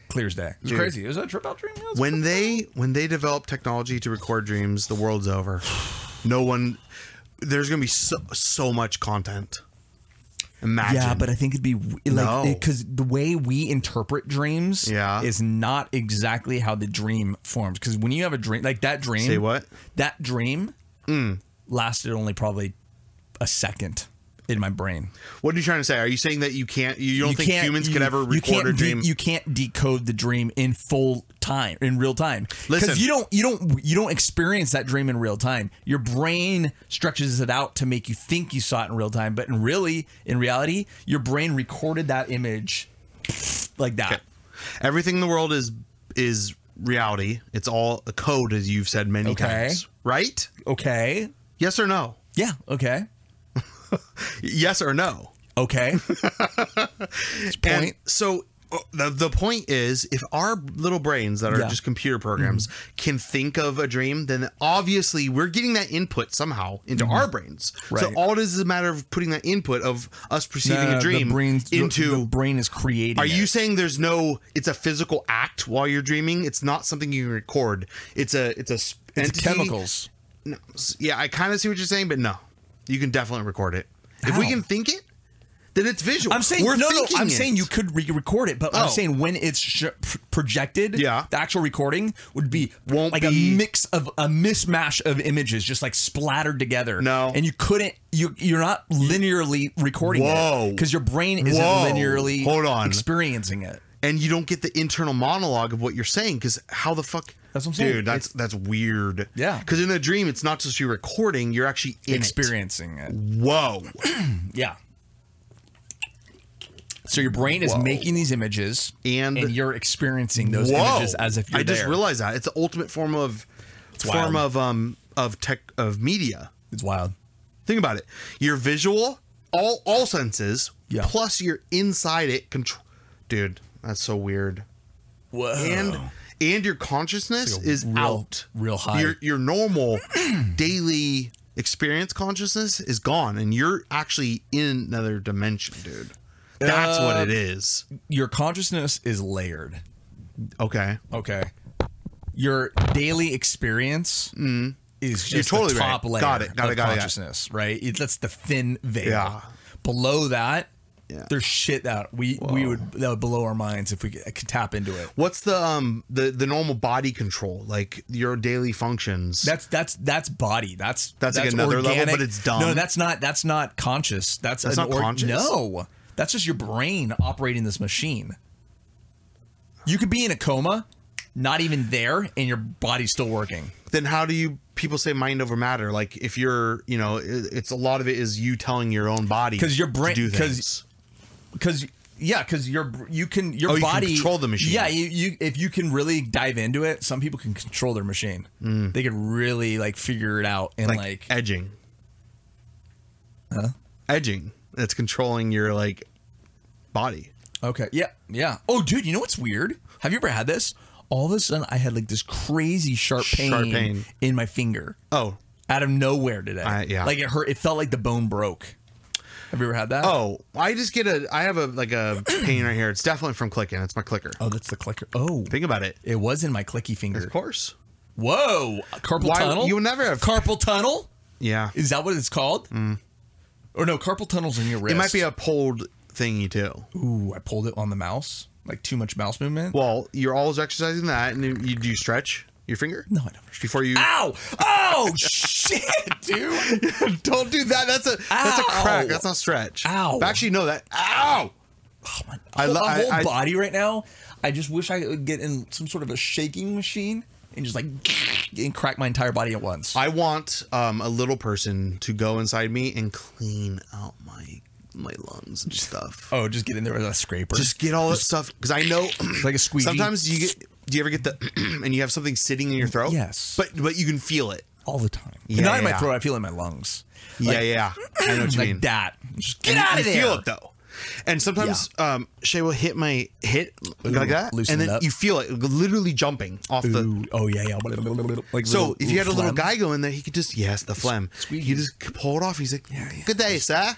[SPEAKER 1] Clear as day. It was
[SPEAKER 2] Dude.
[SPEAKER 1] crazy. It was that trip out dream. It was-
[SPEAKER 2] when they when they develop technology to record dreams, the world's over. No one. There's gonna be so so much content. Imagine.
[SPEAKER 1] Yeah, but I think it'd be w-
[SPEAKER 2] No.
[SPEAKER 1] like because the way we interpret dreams
[SPEAKER 2] Yeah.
[SPEAKER 1] is not exactly how the dream forms. Because when you have a dream like that dream,
[SPEAKER 2] Say what?
[SPEAKER 1] That dream
[SPEAKER 2] Mm.
[SPEAKER 1] lasted only probably a second in my brain.
[SPEAKER 2] What are you trying to say? Are you saying that you can't? You don't think humans
[SPEAKER 1] you-
[SPEAKER 2] can ever
[SPEAKER 1] you can't
[SPEAKER 2] record a
[SPEAKER 1] de-
[SPEAKER 2] dream?
[SPEAKER 1] you can't decode the dream in full time, in real time.
[SPEAKER 2] Listen.
[SPEAKER 1] Because you don't, you don't, you don't experience that dream in real time. Your brain stretches it out to make you think you saw it in real time, but in really, in reality, your brain recorded that image like that.
[SPEAKER 2] Everything in the world is is reality. It's all a code, as you've said many
[SPEAKER 1] Okay.
[SPEAKER 2] times. Right?
[SPEAKER 1] Okay.
[SPEAKER 2] Yes or no?
[SPEAKER 1] Yeah. Okay.
[SPEAKER 2] Yes or no?
[SPEAKER 1] Okay.
[SPEAKER 2] And
[SPEAKER 1] Point.
[SPEAKER 2] so uh, the the point is, if our little brains that are
[SPEAKER 1] Yeah. Mm-hmm.
[SPEAKER 2] just computer programs can think of a dream, then obviously we're getting that input somehow into our brains. So
[SPEAKER 1] Mm-hmm. Right.
[SPEAKER 2] all it is is a matter of putting that input of us perceiving
[SPEAKER 1] No,
[SPEAKER 2] a
[SPEAKER 1] the
[SPEAKER 2] dream
[SPEAKER 1] brain's- the-
[SPEAKER 2] into.
[SPEAKER 1] the brain is creating.
[SPEAKER 2] are
[SPEAKER 1] it.
[SPEAKER 2] you saying there's no? It's a physical act while you're dreaming. It's not something you can record. It's a it's a s-
[SPEAKER 1] It's
[SPEAKER 2] entity.
[SPEAKER 1] chemicals?
[SPEAKER 2] No, s- yeah, I kind of see what you're saying, but no, you can definitely record it. If we
[SPEAKER 1] How?
[SPEAKER 2] can think it, then it's visual.
[SPEAKER 1] I'm saying no, no. I'm
[SPEAKER 2] thinking
[SPEAKER 1] saying
[SPEAKER 2] it.
[SPEAKER 1] you could re-record it, but
[SPEAKER 2] Oh.
[SPEAKER 1] I'm saying when it's sh- pr- projected,
[SPEAKER 2] Yeah.
[SPEAKER 1] the actual recording would be
[SPEAKER 2] Won't
[SPEAKER 1] like
[SPEAKER 2] be-
[SPEAKER 1] a mix of a mismash of images, just like splattered together.
[SPEAKER 2] No.
[SPEAKER 1] and you couldn't. You you're not linearly recording
[SPEAKER 2] Whoa.
[SPEAKER 1] because your brain isn't
[SPEAKER 2] Whoa.
[SPEAKER 1] linearly
[SPEAKER 2] Hold on.
[SPEAKER 1] experiencing it.
[SPEAKER 2] and you don't get the internal monologue of what you're saying because how the fuck
[SPEAKER 1] That's what I'm saying.
[SPEAKER 2] dude that's that's weird
[SPEAKER 1] Yeah.
[SPEAKER 2] because in a dream it's not just you recording you're actually in experience
[SPEAKER 1] Experiencing it.
[SPEAKER 2] whoa
[SPEAKER 1] Yeah. So your brain is making these images,
[SPEAKER 2] And-
[SPEAKER 1] you're experiencing those
[SPEAKER 2] whoa
[SPEAKER 1] images as if you're
[SPEAKER 2] I just
[SPEAKER 1] there.
[SPEAKER 2] realized that it's the ultimate form of form
[SPEAKER 1] wild.
[SPEAKER 2] of um of tech of media
[SPEAKER 1] it's wild.
[SPEAKER 2] think about it your visual all all senses
[SPEAKER 1] Yeah.
[SPEAKER 2] plus you're inside it control dude that's so weird
[SPEAKER 1] Whoa.
[SPEAKER 2] and and your consciousness
[SPEAKER 1] like a
[SPEAKER 2] is
[SPEAKER 1] real-
[SPEAKER 2] out
[SPEAKER 1] real high.
[SPEAKER 2] Your your normal daily experience consciousness is gone, and you're actually in another dimension, dude. That's what it
[SPEAKER 1] Uh,
[SPEAKER 2] is.
[SPEAKER 1] your consciousness is layered.
[SPEAKER 2] Okay,
[SPEAKER 1] Okay. Your daily experience is just
[SPEAKER 2] Mm. You're totally
[SPEAKER 1] the top
[SPEAKER 2] right.
[SPEAKER 1] layer
[SPEAKER 2] Got it, got it,
[SPEAKER 1] of
[SPEAKER 2] got it, got it.
[SPEAKER 1] consciousness, right? It- that's the thin veil.
[SPEAKER 2] Yeah.
[SPEAKER 1] Below that,
[SPEAKER 2] Yeah.
[SPEAKER 1] there's shit that we we would that would blow our minds if we could, could tap into it.
[SPEAKER 2] what's the um the the normal body control like your daily functions?
[SPEAKER 1] That's that's that's body. That's
[SPEAKER 2] That's like another level,
[SPEAKER 1] organic.
[SPEAKER 2] but it's dumb.
[SPEAKER 1] No, that's not that's not conscious. That's
[SPEAKER 2] That's
[SPEAKER 1] an
[SPEAKER 2] not conscious?
[SPEAKER 1] No, that's just your brain operating this machine. You could be in a coma, not even there, and your body's still working.
[SPEAKER 2] then how do you people say mind over matter? Like if you're you know it- it's a lot of it is you telling your own body
[SPEAKER 1] 'Cause your brain-
[SPEAKER 2] to do
[SPEAKER 1] 'cause-
[SPEAKER 2] things.
[SPEAKER 1] because yeah because your you can your
[SPEAKER 2] Oh, you can
[SPEAKER 1] body
[SPEAKER 2] control the machine.
[SPEAKER 1] yeah you, you if you can really dive into it some people can control their machine
[SPEAKER 2] Hmm.
[SPEAKER 1] they could really like figure it out and like,
[SPEAKER 2] edging. Huh? Edging. That's controlling your like body.
[SPEAKER 1] okay yeah yeah oh dude you know what's weird have you ever had this all of a sudden i had like this crazy sharp pain,
[SPEAKER 2] Sharp pain.
[SPEAKER 1] in my finger
[SPEAKER 2] Oh.
[SPEAKER 1] out of nowhere today
[SPEAKER 2] I- yeah.
[SPEAKER 1] like it hurt it felt like the bone broke have you ever had that
[SPEAKER 2] Oh, I just get a I have a like a pain right here. It's definitely from clicking. It's my clicker.
[SPEAKER 1] oh that's the clicker oh
[SPEAKER 2] Think about it.
[SPEAKER 1] it was in my clicky finger
[SPEAKER 2] Of course.
[SPEAKER 1] whoa carpal
[SPEAKER 2] Why-
[SPEAKER 1] tunnel
[SPEAKER 2] you would never have-
[SPEAKER 1] carpal tunnel
[SPEAKER 2] Yeah.
[SPEAKER 1] Is that what it's called? Or no, carpal tunnel's in your wrist.
[SPEAKER 2] It might be a pulled thingy too.
[SPEAKER 1] Ooh, I pulled it on the mouse. Like too much mouse movement.
[SPEAKER 2] Well, you're always exercising that and you, you do you stretch your finger?
[SPEAKER 1] no, I never.
[SPEAKER 2] Before you
[SPEAKER 1] Ow! Oh shit, dude!
[SPEAKER 2] don't do that. That's a that's a
[SPEAKER 1] Ow.
[SPEAKER 2] crack. That's not stretch.
[SPEAKER 1] Ow.
[SPEAKER 2] Actually, no, that ow. I
[SPEAKER 1] I
[SPEAKER 2] lo-
[SPEAKER 1] love my
[SPEAKER 2] I-
[SPEAKER 1] whole
[SPEAKER 2] I-
[SPEAKER 1] body right now. I just wish I could get in some sort of a shaking machine and just like and crack my entire body at once.
[SPEAKER 2] I want um, a little person to go inside me and clean out my my lungs and stuff.
[SPEAKER 1] oh, just get in there with a scraper.
[SPEAKER 2] Just get all that stuff because I know
[SPEAKER 1] like a squeegee.
[SPEAKER 2] Sometimes you get. Do you ever get the and you have something sitting in your throat?
[SPEAKER 1] Yes.
[SPEAKER 2] but but you can feel it.
[SPEAKER 1] all the time.
[SPEAKER 2] Yeah,
[SPEAKER 1] Not in my
[SPEAKER 2] yeah.
[SPEAKER 1] throat. I feel it in my lungs.
[SPEAKER 2] yeah, yeah. I know what you
[SPEAKER 1] Like
[SPEAKER 2] mean.
[SPEAKER 1] that. Just get
[SPEAKER 2] And you-
[SPEAKER 1] out of
[SPEAKER 2] you
[SPEAKER 1] there.
[SPEAKER 2] Feel it though. And sometimes um, Shay will hit my hit like
[SPEAKER 1] Ooh,
[SPEAKER 2] that,
[SPEAKER 1] loosen
[SPEAKER 2] and then
[SPEAKER 1] it up.
[SPEAKER 2] you feel it literally jumping off the
[SPEAKER 1] Ooh, oh yeah, yeah. Like
[SPEAKER 2] So
[SPEAKER 1] little-
[SPEAKER 2] if you had a little
[SPEAKER 1] phlegm.
[SPEAKER 2] guy go in there, he could just yes, the phlegm.
[SPEAKER 1] squeegee.
[SPEAKER 2] He just pull it off. He's like,
[SPEAKER 1] yeah.
[SPEAKER 2] "Good day, sir."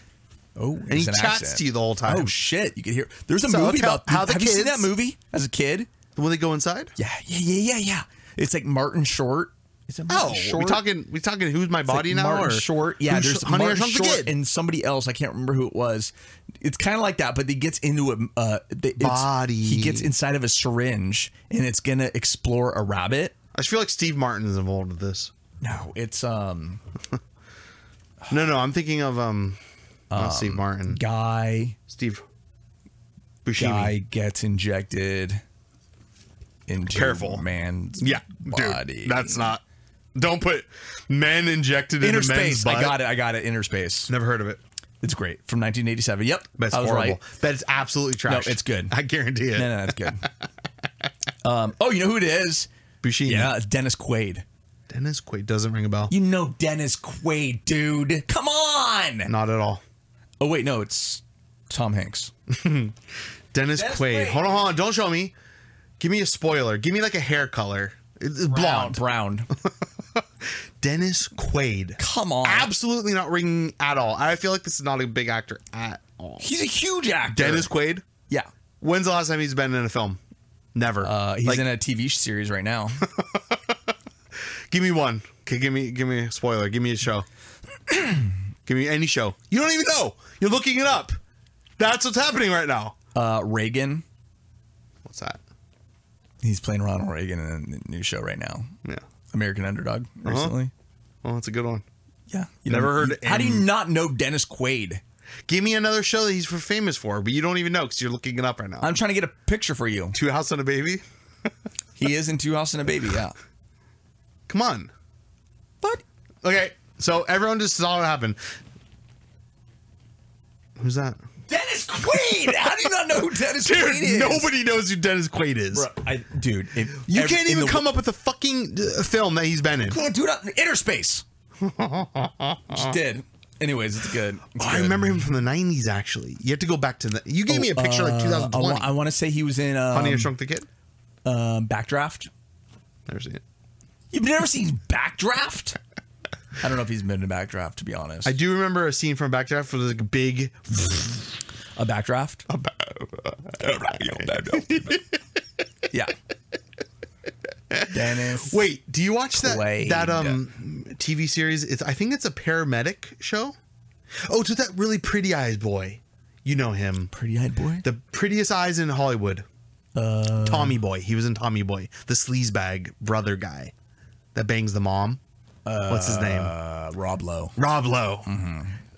[SPEAKER 1] Oh,
[SPEAKER 2] And he chats to you the whole time.
[SPEAKER 1] Oh shit, you can hear. There's a
[SPEAKER 2] So
[SPEAKER 1] movie
[SPEAKER 2] tell-
[SPEAKER 1] about.
[SPEAKER 2] how the
[SPEAKER 1] have you seen
[SPEAKER 2] kids-
[SPEAKER 1] that movie as a kid?
[SPEAKER 2] When they go inside?
[SPEAKER 1] Yeah, yeah, yeah, yeah, yeah. It's like Martin Short Is it
[SPEAKER 2] Oh,
[SPEAKER 1] Martin
[SPEAKER 2] we
[SPEAKER 1] Short?
[SPEAKER 2] talking we talking who's my body
[SPEAKER 1] like
[SPEAKER 2] now
[SPEAKER 1] Martin
[SPEAKER 2] or
[SPEAKER 1] Short. Yeah,
[SPEAKER 2] Who's
[SPEAKER 1] there's
[SPEAKER 2] Sh- honey
[SPEAKER 1] Martin
[SPEAKER 2] I Shrunk the
[SPEAKER 1] Short
[SPEAKER 2] Kid?
[SPEAKER 1] and somebody else. I can't remember who it was. It's kind of like that, but he gets into a uh, the, it's-
[SPEAKER 2] Body.
[SPEAKER 1] He gets inside of a syringe, and it's gonna explore a rabbit.
[SPEAKER 2] I just feel like Steve Martin is involved with this.
[SPEAKER 1] No, it's um
[SPEAKER 2] No, no, I'm thinking of um, not Steve Martin,
[SPEAKER 1] guy.
[SPEAKER 2] Steve Buscemi.
[SPEAKER 1] Guy gets injected into
[SPEAKER 2] Careful.
[SPEAKER 1] man's
[SPEAKER 2] Yeah,
[SPEAKER 1] body.
[SPEAKER 2] dude, that's not. Don't put men injected into
[SPEAKER 1] inner
[SPEAKER 2] men's
[SPEAKER 1] space.
[SPEAKER 2] butt.
[SPEAKER 1] I got it. I got it. Inner space.
[SPEAKER 2] Never heard of it.
[SPEAKER 1] It's great from 1987. Yep,
[SPEAKER 2] But it's
[SPEAKER 1] I was
[SPEAKER 2] horrible.
[SPEAKER 1] right.
[SPEAKER 2] But it's absolutely trash.
[SPEAKER 1] it's good.
[SPEAKER 2] I guarantee it.
[SPEAKER 1] No, no, that's good. um, oh, you know who it is?
[SPEAKER 2] Buscemi.
[SPEAKER 1] Yeah, it's Dennis Quaid.
[SPEAKER 2] Dennis Quaid doesn't ring a bell.
[SPEAKER 1] You know Dennis Quaid, dude. Come on.
[SPEAKER 2] Not at all.
[SPEAKER 1] Oh wait, no, it's Tom Hanks.
[SPEAKER 2] Dennis,
[SPEAKER 1] Dennis
[SPEAKER 2] Quaid.
[SPEAKER 1] Quaid.
[SPEAKER 2] Hold on, hold on. Don't show me. Give me a spoiler. Give me like a hair color. It's it's blonde.
[SPEAKER 1] Brown.
[SPEAKER 2] Dennis Quaid.
[SPEAKER 1] Come on.
[SPEAKER 2] Absolutely not ringing at all. I feel like this is not a big actor at all.
[SPEAKER 1] He's a huge actor.
[SPEAKER 2] Dennis Quaid.
[SPEAKER 1] Yeah.
[SPEAKER 2] When's the last time he's been in a film? Never.
[SPEAKER 1] Uh, he's
[SPEAKER 2] Like,
[SPEAKER 1] in a TV series right now.
[SPEAKER 2] Give me one. Okay, give me give me a spoiler. Give me a show. give me any show. You don't even know. You're looking it up. That's what's happening right now.
[SPEAKER 1] Uh, Reagan.
[SPEAKER 2] What's that?
[SPEAKER 1] He's playing Ronald Reagan in a new show right now.
[SPEAKER 2] Yeah.
[SPEAKER 1] American Underdog recently.
[SPEAKER 2] Well, that's a good one.
[SPEAKER 1] Yeah. You
[SPEAKER 2] Uh-huh. Never
[SPEAKER 1] don't-
[SPEAKER 2] heard
[SPEAKER 1] How do you
[SPEAKER 2] in-
[SPEAKER 1] not know Dennis Quaid?
[SPEAKER 2] Give me another show that he's famous for, but you don't even know because you're looking it up right now.
[SPEAKER 1] I'm trying to get a picture for you.
[SPEAKER 2] Two House and a Baby.
[SPEAKER 1] He is in Two House and a Baby. Yeah.
[SPEAKER 2] Come on.
[SPEAKER 1] But
[SPEAKER 2] Okay, so everyone just saw what happened. Who's that?
[SPEAKER 1] Dennis Quaid. How do you not know who Dennis Quaid is?
[SPEAKER 2] nobody knows who Dennis Quaid is.
[SPEAKER 1] Bro, I, dude, if
[SPEAKER 2] You
[SPEAKER 1] ev-
[SPEAKER 2] can't
[SPEAKER 1] in
[SPEAKER 2] even
[SPEAKER 1] the-
[SPEAKER 2] come up with a fucking uh, film that he's been in.
[SPEAKER 1] Come on, dude, out in inner space. Just did. Anyways, it's good. It's
[SPEAKER 2] Oh, I
[SPEAKER 1] good.
[SPEAKER 2] remember him from the '90s. Actually, you have to go back to the. You gave me a picture like
[SPEAKER 1] Uh, I,
[SPEAKER 2] 2020.
[SPEAKER 1] wa- I want to say he was in um,
[SPEAKER 2] Honey, I Shrunk the Kid.
[SPEAKER 1] um, Backdraft.
[SPEAKER 2] Never seen it.
[SPEAKER 1] You've never seen Backdraft? I don't know if he's been in Backdraft, to be honest.
[SPEAKER 2] I do remember a scene from Backdraft with like a big.
[SPEAKER 1] a Backdraft? yeah. Dennis.
[SPEAKER 2] Wait, do you watch that
[SPEAKER 1] Quaid.
[SPEAKER 2] that um TV series? It's I think it's a paramedic show. Oh, to that really pretty eyes boy. You know him.
[SPEAKER 1] Pretty eyed boy?
[SPEAKER 2] the prettiest eyes in Hollywood.
[SPEAKER 1] Uh,
[SPEAKER 2] Tommy Boy. He was in Tommy Boy. The sleazebag brother guy that bangs the mom. What's his name?
[SPEAKER 1] uh, mm-hmm. Rob Lowe.
[SPEAKER 2] Rob Lowe.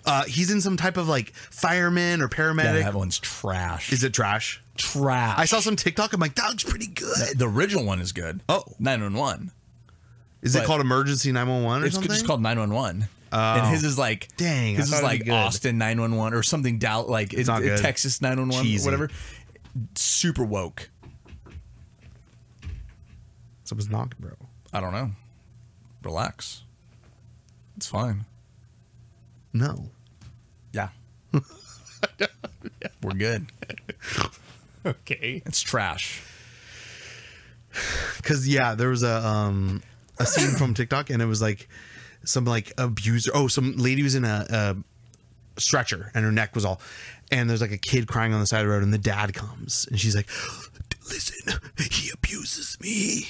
[SPEAKER 2] Uh, he's in some type of like fireman or
[SPEAKER 1] Yeah,
[SPEAKER 2] paramedic.
[SPEAKER 1] that one's trash.
[SPEAKER 2] Is it trash?
[SPEAKER 1] trash.
[SPEAKER 2] I saw some TikTok. I'm like, that looks pretty good.
[SPEAKER 1] The original one is good.
[SPEAKER 2] Oh.
[SPEAKER 1] 911.
[SPEAKER 2] Is it
[SPEAKER 1] but-
[SPEAKER 2] called Emergency 911 or
[SPEAKER 1] It's
[SPEAKER 2] something? Oh.
[SPEAKER 1] just called 911. and his is like
[SPEAKER 2] Dang, I
[SPEAKER 1] his
[SPEAKER 2] thought
[SPEAKER 1] is
[SPEAKER 2] it'd be
[SPEAKER 1] like
[SPEAKER 2] good.
[SPEAKER 1] Austin 911 or something doubt like it,
[SPEAKER 2] not
[SPEAKER 1] it-
[SPEAKER 2] good.
[SPEAKER 1] Texas 911
[SPEAKER 2] Cheesy.
[SPEAKER 1] or whatever. Super woke.
[SPEAKER 2] Someone's knocked, bro.
[SPEAKER 1] I don't know. Relax. It's fine.
[SPEAKER 2] No.
[SPEAKER 1] Yeah. We're good.
[SPEAKER 2] Okay.
[SPEAKER 1] It's trash.
[SPEAKER 2] Cause yeah, there was a um a scene from TikTok and it was like some like abuser. Oh, some lady was in a, a stretcher and her neck was all. And there's like a kid crying on the side of the road and the dad comes and she's like, "Listen, he abuses me.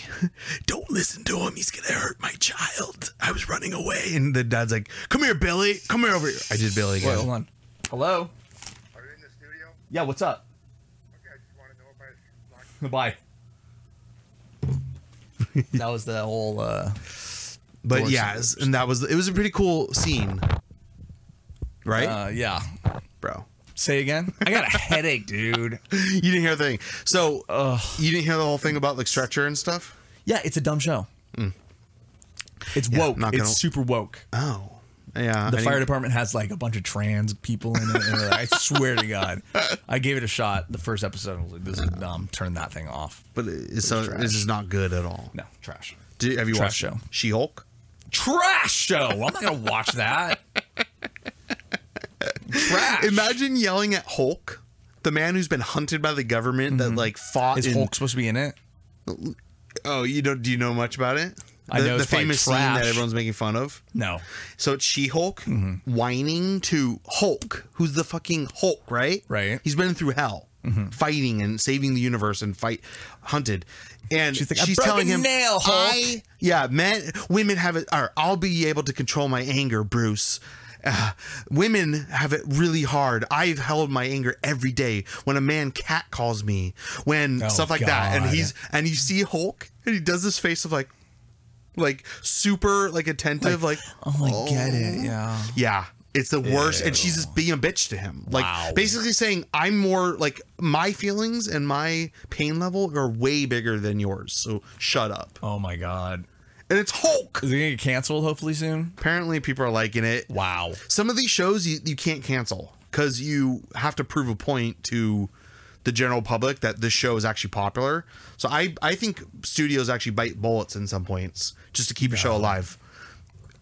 [SPEAKER 2] Don't listen to him. He's gonna hurt my child. I was running away." And the dad's like, "Come here, Billy. Come here over here." I did Billy
[SPEAKER 1] Wait,
[SPEAKER 2] again.
[SPEAKER 1] hold on. Hello?
[SPEAKER 4] Are you in the studio?
[SPEAKER 1] Yeah, what's up?
[SPEAKER 4] Okay, I just want to know if I locked
[SPEAKER 1] Bye. that was the whole uh
[SPEAKER 2] but
[SPEAKER 1] Or
[SPEAKER 2] yeah,
[SPEAKER 1] something.
[SPEAKER 2] and that was it. Was a pretty cool scene, right,
[SPEAKER 1] uh yeah.
[SPEAKER 2] bro?
[SPEAKER 1] Say again? I got a headache, dude.
[SPEAKER 2] You didn't hear the thing. So you didn't hear the whole thing about like stretcher and stuff.
[SPEAKER 1] Yeah, it's a dumb show. It's
[SPEAKER 2] Mm. Yeah,
[SPEAKER 1] woke.
[SPEAKER 2] not gonna-
[SPEAKER 1] It's super woke.
[SPEAKER 2] Oh, yeah.
[SPEAKER 1] The
[SPEAKER 2] I
[SPEAKER 1] fire
[SPEAKER 2] didn't-
[SPEAKER 1] department has like a bunch of trans people in it. and I swear to God, I gave it a shot. The first episode, I was like, this is dumb. Turn that thing off.
[SPEAKER 2] But it's, so, this is not good at all.
[SPEAKER 1] No, trash.
[SPEAKER 2] Do, have you
[SPEAKER 1] Trash
[SPEAKER 2] watched
[SPEAKER 1] show.
[SPEAKER 2] She Hulk?
[SPEAKER 1] Trash show. I'm not gonna watch that. Trash.
[SPEAKER 2] Imagine yelling at Hulk, the man who's been hunted by the government that like fought.
[SPEAKER 1] is
[SPEAKER 2] in-
[SPEAKER 1] Hulk supposed to be in it?
[SPEAKER 2] Oh, you don't? Do you know much about it?
[SPEAKER 1] I
[SPEAKER 2] the,
[SPEAKER 1] know
[SPEAKER 2] the
[SPEAKER 1] it's probably
[SPEAKER 2] famous scene
[SPEAKER 1] trash.
[SPEAKER 2] that everyone's making fun of.
[SPEAKER 1] No.
[SPEAKER 2] So it's She Hulk
[SPEAKER 1] Mm-hmm.
[SPEAKER 2] whining to Hulk, who's the fucking Hulk, right?
[SPEAKER 1] Right. Mm-hmm.
[SPEAKER 2] He's been through hell. fighting and saving the universe and fight hunted. And
[SPEAKER 1] She's
[SPEAKER 2] she's,
[SPEAKER 1] like, "I broke
[SPEAKER 2] telling
[SPEAKER 1] a
[SPEAKER 2] him,
[SPEAKER 1] nail, Hulk."
[SPEAKER 2] I yeah, men, women have it. Or I'll be able to control my anger, Bruce. Uh, women have it really hard. I've held my anger every day when a man cat calls me, when
[SPEAKER 1] Oh,
[SPEAKER 2] stuff like that, and
[SPEAKER 1] God.
[SPEAKER 2] he's and you see Hulk, and he does this face of like, like super like attentive, like,
[SPEAKER 1] Oh, I get it. Yeah.
[SPEAKER 2] yeah. It's the worst. And she's just being a bitch to him. Like
[SPEAKER 1] Wow.
[SPEAKER 2] basically saying, I'm more like my feelings and my pain level are way bigger than yours. So shut up.
[SPEAKER 1] Oh my God.
[SPEAKER 2] And it's Hulk.
[SPEAKER 1] Is it gonna get canceled? Hopefully soon.
[SPEAKER 2] Apparently people are liking it.
[SPEAKER 1] Wow.
[SPEAKER 2] Some of these shows you, you can't cancel because you have to prove a point to the general public that this show is actually popular. So I, I think studios actually bite bullets in some points just to keep a show alive.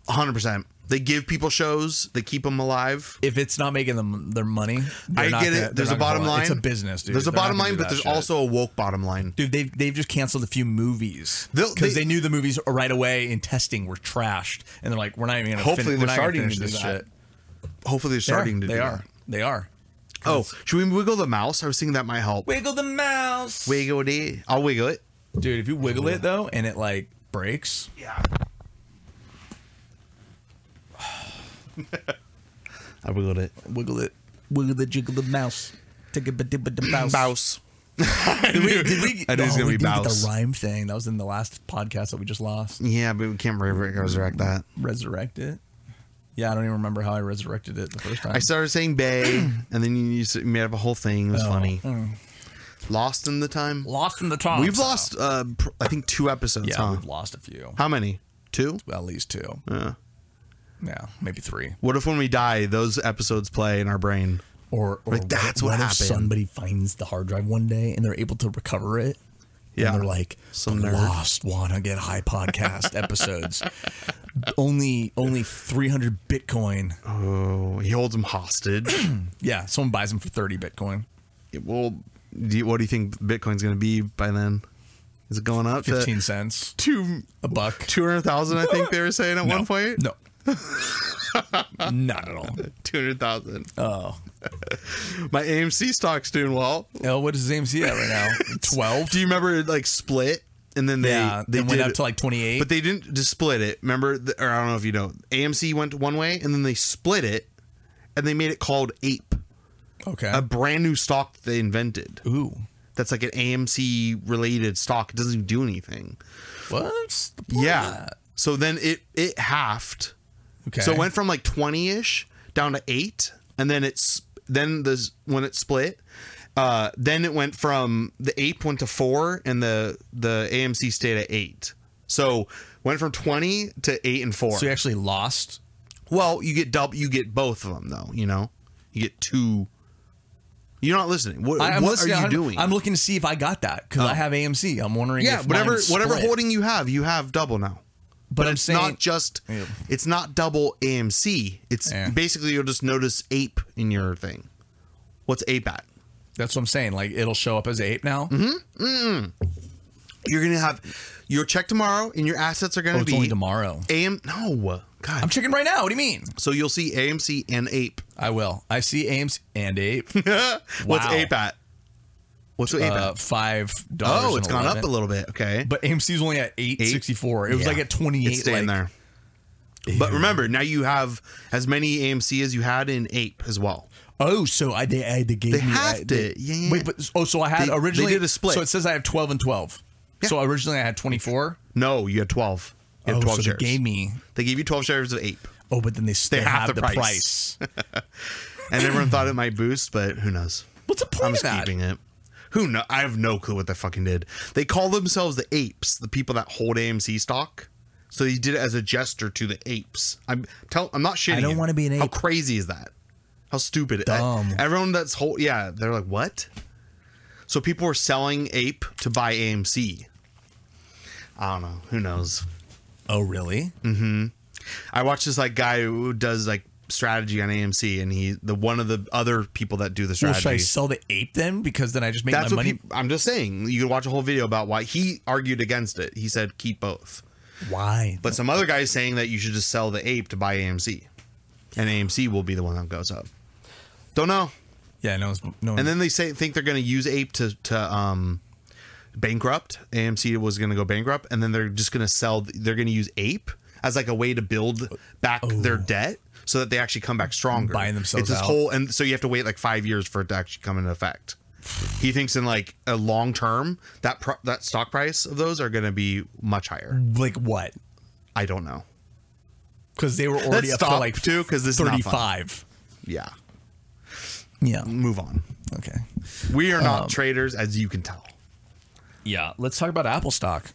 [SPEAKER 2] 100%. They give people shows, they keep them alive.
[SPEAKER 1] If it's not making them their money, they're
[SPEAKER 2] I
[SPEAKER 1] not gonna-
[SPEAKER 2] get it.
[SPEAKER 1] they're
[SPEAKER 2] There's a
[SPEAKER 1] not gonna
[SPEAKER 2] bottom
[SPEAKER 1] want-
[SPEAKER 2] line.
[SPEAKER 1] It's a business, dude.
[SPEAKER 2] There's a
[SPEAKER 1] They're not
[SPEAKER 2] bottom
[SPEAKER 1] gonna
[SPEAKER 2] line,
[SPEAKER 1] do
[SPEAKER 2] but
[SPEAKER 1] that
[SPEAKER 2] there's
[SPEAKER 1] shit.
[SPEAKER 2] also a woke bottom line.
[SPEAKER 1] Dude, they've, they've just canceled a few movies
[SPEAKER 2] They'll-
[SPEAKER 1] because they,
[SPEAKER 2] they-
[SPEAKER 1] knew the movies right away in testing were trashed, and they're like, "We're not even gonna
[SPEAKER 2] Hopefully
[SPEAKER 1] fin- we're
[SPEAKER 2] they're
[SPEAKER 1] not gonna
[SPEAKER 2] starting
[SPEAKER 1] finish
[SPEAKER 2] to do
[SPEAKER 1] this
[SPEAKER 2] that.
[SPEAKER 1] shit."
[SPEAKER 2] Hopefully, they're starting to
[SPEAKER 1] they
[SPEAKER 2] do
[SPEAKER 1] are.
[SPEAKER 2] that.
[SPEAKER 1] They are.
[SPEAKER 2] Oh, should we wiggle the mouse? I was thinking that might help.
[SPEAKER 1] Wiggle the mouse,
[SPEAKER 2] Wiggle it. I'll wiggle it.
[SPEAKER 1] dude. If you wiggle it though, and it like breaks,
[SPEAKER 2] I wiggled it.
[SPEAKER 1] wiggle it, wiggle the jiggle the mouse. Take a bit of the mouse.
[SPEAKER 2] Mouse.
[SPEAKER 1] Did we? Did we?
[SPEAKER 2] I knew it was
[SPEAKER 1] oh,
[SPEAKER 2] gonna
[SPEAKER 1] we
[SPEAKER 2] be
[SPEAKER 1] didn't get
[SPEAKER 2] mouse.
[SPEAKER 1] the rhyme thing that was in the last podcast that we just lost.
[SPEAKER 2] Yeah, but we can't re- re- resurrect that.
[SPEAKER 1] Resurrect it. Yeah, I don't even remember how I resurrected it the first time.
[SPEAKER 2] I started saying "bay," and then you, you s- made up a whole thing. It was
[SPEAKER 1] Oh.
[SPEAKER 2] funny.
[SPEAKER 1] Mm.
[SPEAKER 2] Lost in the time.
[SPEAKER 1] Lost in the top.
[SPEAKER 2] We've lost, uh, pr- I think, two episodes.
[SPEAKER 1] Yeah,
[SPEAKER 2] huh?
[SPEAKER 1] we've lost a few.
[SPEAKER 2] How many? Two.
[SPEAKER 1] Well, at least two.
[SPEAKER 2] Yeah.
[SPEAKER 1] Yeah, maybe three.
[SPEAKER 2] What if when we die, those episodes play in our brain?
[SPEAKER 1] Or, or
[SPEAKER 2] Like, that's what
[SPEAKER 1] if
[SPEAKER 2] happened.
[SPEAKER 1] somebody finds the hard drive one day and they're able to recover it.
[SPEAKER 2] Yeah.
[SPEAKER 1] And they're like,
[SPEAKER 2] Some
[SPEAKER 1] "The
[SPEAKER 2] nerd.
[SPEAKER 1] lost wanna get high podcast episodes. Only only 300 Bitcoin.
[SPEAKER 2] Oh, he holds them hostage.
[SPEAKER 1] Yeah, someone buys them for 30 Bitcoin.
[SPEAKER 2] well, do you, what do you think Bitcoin's going to be by then? Is it going up
[SPEAKER 1] 15
[SPEAKER 2] to
[SPEAKER 1] cents.
[SPEAKER 2] two
[SPEAKER 1] A buck.
[SPEAKER 2] two hundred thousand? I think they were saying at
[SPEAKER 1] no,
[SPEAKER 2] one point.
[SPEAKER 1] No. Not at all.
[SPEAKER 2] two hundred thousand.
[SPEAKER 1] Oh.
[SPEAKER 2] My AMC stock's doing well.
[SPEAKER 1] Oh, what is AMC at right now? 12?
[SPEAKER 2] Do you remember it, like split and then they
[SPEAKER 1] yeah,
[SPEAKER 2] they
[SPEAKER 1] it
[SPEAKER 2] did,
[SPEAKER 1] went up to like 28.
[SPEAKER 2] but they didn't just split it. Remember, the, or I don't know if you know, AMC went one way and then they split it, and they made it called Ape,
[SPEAKER 1] okay.
[SPEAKER 2] a brand new stock that they invented.
[SPEAKER 1] Ooh.
[SPEAKER 2] That's like an AMC related stock. It doesn't even do anything.
[SPEAKER 1] What's the point of
[SPEAKER 2] Yeah.
[SPEAKER 1] that?
[SPEAKER 2] So then it it halved.
[SPEAKER 1] Okay.
[SPEAKER 2] So it went from like twenty ish down to eight, and then it's then the when it split, uh, then it went from the ape went to four, and the the AMC stayed at eight. So went from twenty to eight and four.
[SPEAKER 1] So you actually lost.
[SPEAKER 2] well, you get double, you get both of them though. You know, you get two. You're not listening. What,
[SPEAKER 1] I- I'm
[SPEAKER 2] what are
[SPEAKER 1] listening-
[SPEAKER 2] you
[SPEAKER 1] I'm-
[SPEAKER 2] doing? Oh.
[SPEAKER 1] I'm looking to see if I got that because I have AMC. I'm wondering.
[SPEAKER 2] yeah,
[SPEAKER 1] if
[SPEAKER 2] whatever
[SPEAKER 1] mine's
[SPEAKER 2] whatever
[SPEAKER 1] split.
[SPEAKER 2] holding you have, you have double now.
[SPEAKER 1] But, I'm
[SPEAKER 2] it's
[SPEAKER 1] saying
[SPEAKER 2] not just
[SPEAKER 1] Yeah.
[SPEAKER 2] it's not double AMC. It's
[SPEAKER 1] Yeah.
[SPEAKER 2] basically you'll just notice ape in your thing. What's ape at?
[SPEAKER 1] that's what I'm saying. Like it'll show up as eight now.
[SPEAKER 2] Mm-hmm. You're gonna have your check tomorrow, and your assets are gonna
[SPEAKER 1] Oh, it's
[SPEAKER 2] be
[SPEAKER 1] only tomorrow.
[SPEAKER 2] AM. No, God.
[SPEAKER 1] I'm checking right now. What do you mean?
[SPEAKER 2] so you'll see AMC and ape.
[SPEAKER 1] I will. I see AMC and eight.
[SPEAKER 2] What's
[SPEAKER 1] Wow.
[SPEAKER 2] ape at? What's ape
[SPEAKER 1] uh,
[SPEAKER 2] at?
[SPEAKER 1] Five dollars.
[SPEAKER 2] Oh, it's gone up a little bit. Okay,
[SPEAKER 1] But AMC's only at eight sixty four. It was
[SPEAKER 2] Yeah.
[SPEAKER 1] like at twenty eight.
[SPEAKER 2] It's staying there. But remember, now you have as many AMC as you had in ape as well.
[SPEAKER 1] Oh, so I they, I, they gave
[SPEAKER 2] They
[SPEAKER 1] me
[SPEAKER 2] have
[SPEAKER 1] I,
[SPEAKER 2] to, yeah.
[SPEAKER 1] Wait, but oh, so I had
[SPEAKER 2] They- they
[SPEAKER 1] originally
[SPEAKER 2] did a split.
[SPEAKER 1] So it says I have twelve and twelve. So originally I had twenty four.
[SPEAKER 2] No, you had twelve. You
[SPEAKER 1] Oh,
[SPEAKER 2] had twelve
[SPEAKER 1] so
[SPEAKER 2] shares.
[SPEAKER 1] they gave me.
[SPEAKER 2] They gave you twelve shares of ape.
[SPEAKER 1] Oh, but then they they,
[SPEAKER 2] half
[SPEAKER 1] have
[SPEAKER 2] the
[SPEAKER 1] the
[SPEAKER 2] price.
[SPEAKER 1] price.
[SPEAKER 2] and everyone thought it might boost, but who knows?
[SPEAKER 1] What's the point
[SPEAKER 2] I'm
[SPEAKER 1] of
[SPEAKER 2] just
[SPEAKER 1] that?
[SPEAKER 2] keeping it. Who know? I have no clue what they fucking did. They call themselves the apes, the people that hold AMC stock. So they did it as a gesture to the apes. I'm tell. I'm not shitting.
[SPEAKER 1] I don't
[SPEAKER 2] you.
[SPEAKER 1] wanna be an
[SPEAKER 2] How
[SPEAKER 1] ape.
[SPEAKER 2] crazy is that? How stupid.
[SPEAKER 1] Dumb.
[SPEAKER 2] everyone that's whole. Yeah, they're like what? So people were selling ape to buy AMC. I don't know. Who knows?
[SPEAKER 1] Oh, really?
[SPEAKER 2] Mm, I watched this like guy who does like strategy on AMC, and he the one of the other people that do the
[SPEAKER 1] Well,
[SPEAKER 2] strategy.
[SPEAKER 1] should I sell the ape then? Because then I just make
[SPEAKER 2] That's
[SPEAKER 1] my
[SPEAKER 2] what
[SPEAKER 1] money.
[SPEAKER 2] peop- I'm just saying. You can watch a whole video about why he argued against it. He said keep both,
[SPEAKER 1] Why?
[SPEAKER 2] but some other guy is saying that you should just sell the ape to buy AMC, and AMC will be the one that goes up. Don't know.
[SPEAKER 1] Yeah, no one's no one.
[SPEAKER 2] And then they say think they're going to use ape to to um bankrupt. AMC was going to go bankrupt, and then they're just going to sell. They're going to use ape as like a way to build back their debt so that they actually come back stronger.
[SPEAKER 1] Oh. Buying themselves
[SPEAKER 2] It's this
[SPEAKER 1] out.
[SPEAKER 2] whole and so you have to wait like five years for it to actually come into effect. He thinks in like a long term that pro- that stock price of those are going to be much higher.
[SPEAKER 1] like what?
[SPEAKER 2] I don't know.
[SPEAKER 1] Because they were already up to
[SPEAKER 2] stop,
[SPEAKER 1] like
[SPEAKER 2] too, 'cause this is not fun.
[SPEAKER 1] thirty-five.
[SPEAKER 2] Yeah,
[SPEAKER 1] Yeah.
[SPEAKER 2] move on.
[SPEAKER 1] Okay.
[SPEAKER 2] We are
[SPEAKER 1] Um,
[SPEAKER 2] not traders, as you can tell.
[SPEAKER 1] Yeah. Let's talk about Apple stock.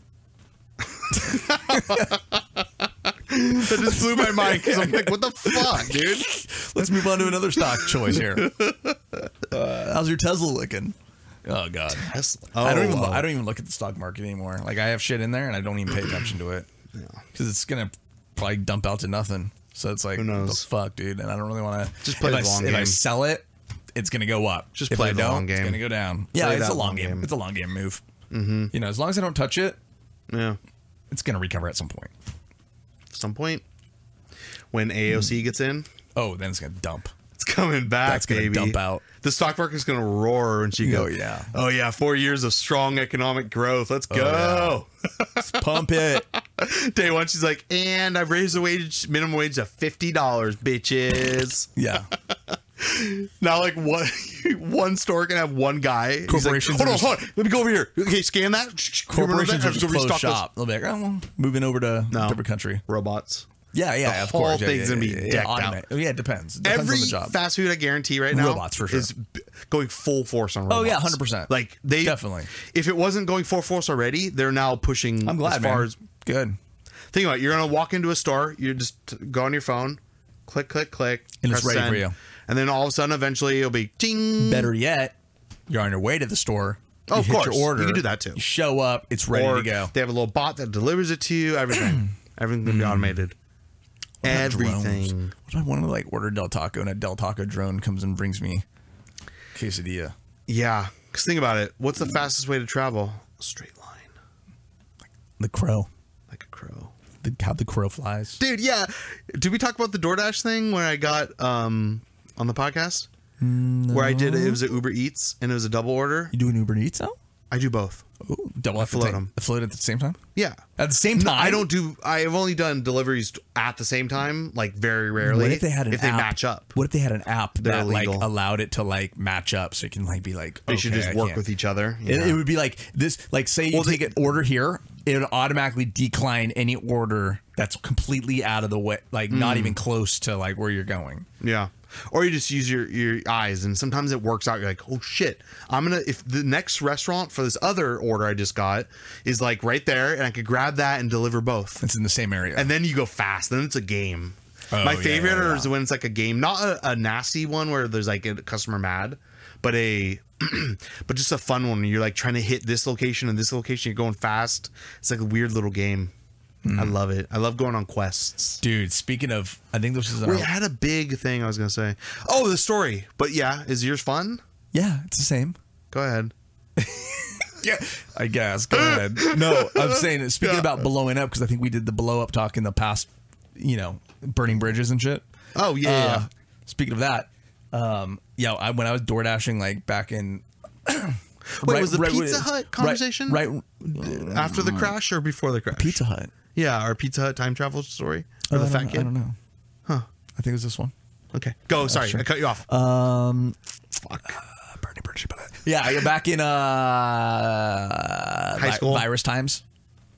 [SPEAKER 2] That just blew my mind because I'm like, what the fuck, dude?
[SPEAKER 1] Let's move on to another stock choice here. Uh, how's your Tesla looking? Oh God.
[SPEAKER 2] Tesla.
[SPEAKER 1] I don't
[SPEAKER 2] Oh,
[SPEAKER 1] even
[SPEAKER 2] oh.
[SPEAKER 1] I don't even look at the stock market anymore. Like I have shit in there and I don't even pay attention to it because it's gonna probably dump out to nothing. So it's like
[SPEAKER 2] Who
[SPEAKER 1] what
[SPEAKER 2] knows?
[SPEAKER 1] the fuck, dude. And I don't really want to
[SPEAKER 2] Just play
[SPEAKER 1] if
[SPEAKER 2] the
[SPEAKER 1] I, s-
[SPEAKER 2] long
[SPEAKER 1] If I
[SPEAKER 2] game.
[SPEAKER 1] sell it, it's gonna go up.
[SPEAKER 2] Just
[SPEAKER 1] If
[SPEAKER 2] play
[SPEAKER 1] I
[SPEAKER 2] the
[SPEAKER 1] don't,
[SPEAKER 2] long
[SPEAKER 1] It's
[SPEAKER 2] game.
[SPEAKER 1] gonna go down. Yeah,
[SPEAKER 2] Play
[SPEAKER 1] it's a
[SPEAKER 2] that
[SPEAKER 1] long,
[SPEAKER 2] long
[SPEAKER 1] game.
[SPEAKER 2] game. Mm-hmm.
[SPEAKER 1] It's a long game move. You know, as long as I don't touch it,
[SPEAKER 2] Yeah.
[SPEAKER 1] it's gonna recover at some point.
[SPEAKER 2] At some point, when AOC gets in,
[SPEAKER 1] Oh, then it's gonna dump.
[SPEAKER 2] it's coming back,
[SPEAKER 1] That's gonna
[SPEAKER 2] baby.
[SPEAKER 1] dump out.
[SPEAKER 2] The stock market's gonna roar when she
[SPEAKER 1] Oh,
[SPEAKER 2] goes.
[SPEAKER 1] yeah. Oh,
[SPEAKER 2] Oh yeah. Four years of strong economic growth. Let's go.
[SPEAKER 1] Just pump it.
[SPEAKER 2] Day one, she's like, and I've raised the wage minimum wage to fifty dollars, bitches.
[SPEAKER 1] Yeah.
[SPEAKER 2] Now, like one one store can have one guy. He's like,
[SPEAKER 1] Corporations
[SPEAKER 2] hold
[SPEAKER 1] are
[SPEAKER 2] on,
[SPEAKER 1] just-
[SPEAKER 2] hold on. Let me go over here. Okay, scan that. Shh, shh, remember that?
[SPEAKER 1] Corporations
[SPEAKER 2] I'm
[SPEAKER 1] are just
[SPEAKER 2] gonna
[SPEAKER 1] closed
[SPEAKER 2] restock this."
[SPEAKER 1] shop. They'll be like, oh, well, moving over to
[SPEAKER 2] No.
[SPEAKER 1] different country.
[SPEAKER 2] Robots.
[SPEAKER 1] Yeah, yeah, of
[SPEAKER 2] whole
[SPEAKER 1] course. Yeah,
[SPEAKER 2] thing's
[SPEAKER 1] yeah,
[SPEAKER 2] gonna be
[SPEAKER 1] yeah, yeah,
[SPEAKER 2] decked
[SPEAKER 1] automate.
[SPEAKER 2] out.
[SPEAKER 1] Oh, Yeah, it depends. It depends
[SPEAKER 2] Every
[SPEAKER 1] on the job.
[SPEAKER 2] fast food, I guarantee, right now,
[SPEAKER 1] Robots, for sure.
[SPEAKER 2] is b- going full force on robots.
[SPEAKER 1] Oh, yeah, 100%.
[SPEAKER 2] Like they
[SPEAKER 1] Definitely.
[SPEAKER 2] If it wasn't going full force already, they're now pushing.
[SPEAKER 1] I'm glad,
[SPEAKER 2] As far
[SPEAKER 1] man.
[SPEAKER 2] as
[SPEAKER 1] Good.
[SPEAKER 2] think about, it, you're gonna walk into a store, you just go on your phone, click, click, click,
[SPEAKER 1] And it's
[SPEAKER 2] press
[SPEAKER 1] ready for
[SPEAKER 2] send,
[SPEAKER 1] you.
[SPEAKER 2] and then all of a sudden, eventually, it'll be ding.
[SPEAKER 1] Better yet, you're on your way to the store.
[SPEAKER 2] Mm-hmm. Oh,
[SPEAKER 1] you
[SPEAKER 2] of
[SPEAKER 1] hit
[SPEAKER 2] course.
[SPEAKER 1] Your order.
[SPEAKER 2] You can do that, too.
[SPEAKER 1] You show up. It's ready
[SPEAKER 2] or
[SPEAKER 1] to go.
[SPEAKER 2] They have a little bot that delivers it to you. Everything, everything's gonna be automated.
[SPEAKER 1] Hmm.
[SPEAKER 2] Everything.
[SPEAKER 1] Drones. What if I want to like order Del Taco and a Del Taco drone comes and brings me quesadilla?
[SPEAKER 2] Yeah, because think about it. What's the fastest way to travel? A straight line,
[SPEAKER 1] The crow.
[SPEAKER 2] like a crow.
[SPEAKER 1] The, how the crow flies.
[SPEAKER 2] dude yeah did we talk about the doordash thing where i got um on the podcast
[SPEAKER 1] Mm,
[SPEAKER 2] where i did it was an uber eats and it was a double order
[SPEAKER 1] You doing Uber Eats now?
[SPEAKER 2] i do both
[SPEAKER 1] Ooh, double I
[SPEAKER 2] float 'em.
[SPEAKER 1] Float at the same time.
[SPEAKER 2] yeah
[SPEAKER 1] At the same time.
[SPEAKER 2] i don't do i've only done deliveries at the same time like very rarely
[SPEAKER 1] What if they had an app,
[SPEAKER 2] if they match up
[SPEAKER 1] What if they had an app
[SPEAKER 2] They're
[SPEAKER 1] that like
[SPEAKER 2] illegal.
[SPEAKER 1] allowed it to like match up so you can like be like
[SPEAKER 2] they should just work with each other
[SPEAKER 1] It,
[SPEAKER 2] yeah.
[SPEAKER 1] it would be like this, like say you
[SPEAKER 2] Well, they-
[SPEAKER 1] take an order here, it would automatically decline any order that's completely out of the way, like not
[SPEAKER 2] Hmm.
[SPEAKER 1] even close to like where you're going.
[SPEAKER 2] Yeah. Or you just use your, your eyes, and sometimes it works out. You're like, oh shit, I'm gonna if the next restaurant for this other order I just got is like right there, and I could grab that and deliver both.
[SPEAKER 1] It's in the same area.
[SPEAKER 2] and then you go fast. Then it's a game.
[SPEAKER 1] Oh,
[SPEAKER 2] My
[SPEAKER 1] yeah,
[SPEAKER 2] favorite
[SPEAKER 1] yeah, yeah.
[SPEAKER 2] is when it's like a game, not a, a nasty one where there's like a customer mad, but a but just a fun one. You're like trying to hit this location and this location. You're going fast. It's like a weird little game. I
[SPEAKER 1] Mm.
[SPEAKER 2] love it. I love going on quests.
[SPEAKER 1] Dude, speaking of, I think this is our,
[SPEAKER 2] We had a big thing I was gonna say. Oh, the story. But yeah, is yours fun?
[SPEAKER 1] yeah, it's the same.
[SPEAKER 2] Go ahead.
[SPEAKER 1] Yeah, I guess. Go ahead. No, I'm saying speaking about blowing up because I think we did the blow up talk in the past. You know, burning bridges and shit.
[SPEAKER 2] Oh yeah. yeah, yeah.
[SPEAKER 1] Uh, speaking of that, um, yeah, I, when I was door dashing like back in.
[SPEAKER 2] Wait, was the Pizza Hut conversation?
[SPEAKER 1] right,
[SPEAKER 2] After
[SPEAKER 1] mm.
[SPEAKER 2] the crash or before the crash?
[SPEAKER 1] Pizza Hut.
[SPEAKER 2] Yeah, our Pizza Hut time travel story.
[SPEAKER 1] I
[SPEAKER 2] Or the
[SPEAKER 1] don't-
[SPEAKER 2] fat kid.
[SPEAKER 1] I don't know. Huh? I think it was this one.
[SPEAKER 2] Okay, go. Sorry,
[SPEAKER 1] sure.
[SPEAKER 2] I cut you off.
[SPEAKER 1] Um,
[SPEAKER 2] Fuck.
[SPEAKER 1] Bernie Bridges, but yeah, I- back in uh,
[SPEAKER 2] High
[SPEAKER 1] vi-
[SPEAKER 2] school?
[SPEAKER 1] virus times,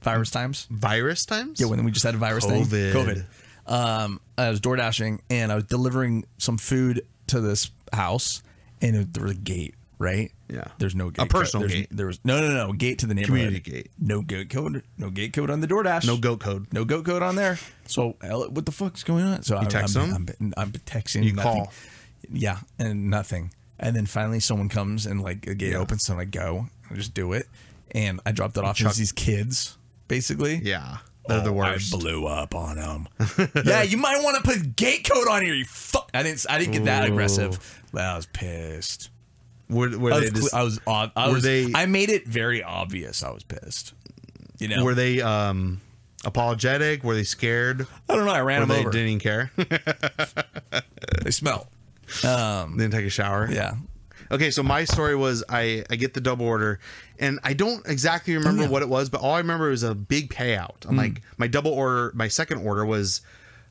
[SPEAKER 1] virus times.
[SPEAKER 2] virus times?
[SPEAKER 1] Yeah, when we just had a virus thing.
[SPEAKER 2] COVID.
[SPEAKER 1] COVID. Um, I was door dashing and I was delivering some food to this house, and it, there was a gate, right?
[SPEAKER 2] Yeah.
[SPEAKER 1] There's no gate.
[SPEAKER 2] personal
[SPEAKER 1] code. There's-
[SPEAKER 2] gate.
[SPEAKER 1] There was no, no, no gate to the neighborhood.
[SPEAKER 2] Community gate.
[SPEAKER 1] No gate code. No gate code on the DoorDash.
[SPEAKER 2] No goat code.
[SPEAKER 1] No goat code on there. So hell, what the fuck's going on? So I,
[SPEAKER 2] text
[SPEAKER 1] I'm,
[SPEAKER 2] them?
[SPEAKER 1] I'm, I'm texting.
[SPEAKER 2] You
[SPEAKER 1] nothing.
[SPEAKER 2] call.
[SPEAKER 1] Yeah, and nothing. And then finally someone comes and like a gate opens, so I go. I just do it, and I dropped it off. It was these kids, basically.
[SPEAKER 2] Yeah. They're the
[SPEAKER 1] Oh,
[SPEAKER 2] worst.
[SPEAKER 1] I blew up on them. yeah, you might want to put gate code on here. You fuck. I didn't. I didn't get that
[SPEAKER 2] Ooh.
[SPEAKER 1] aggressive. But I was pissed.
[SPEAKER 2] were were
[SPEAKER 1] I
[SPEAKER 2] they
[SPEAKER 1] was.
[SPEAKER 2] just,
[SPEAKER 1] cle- I was. ob- I
[SPEAKER 2] were
[SPEAKER 1] was.
[SPEAKER 2] they-
[SPEAKER 1] I made it very obvious. I was pissed. You know.
[SPEAKER 2] were they um apologetic? Were they scared?
[SPEAKER 1] I don't know. I ran
[SPEAKER 2] Or
[SPEAKER 1] them
[SPEAKER 2] they
[SPEAKER 1] over.
[SPEAKER 2] didn't even care.
[SPEAKER 1] They smell.
[SPEAKER 2] didn't take a shower.
[SPEAKER 1] Yeah.
[SPEAKER 2] Okay, so my story was I I get the double order, and I don't exactly remember
[SPEAKER 1] yeah. Hmm.
[SPEAKER 2] what it was, but all I remember was a big payout. I'm like my double order, my second order was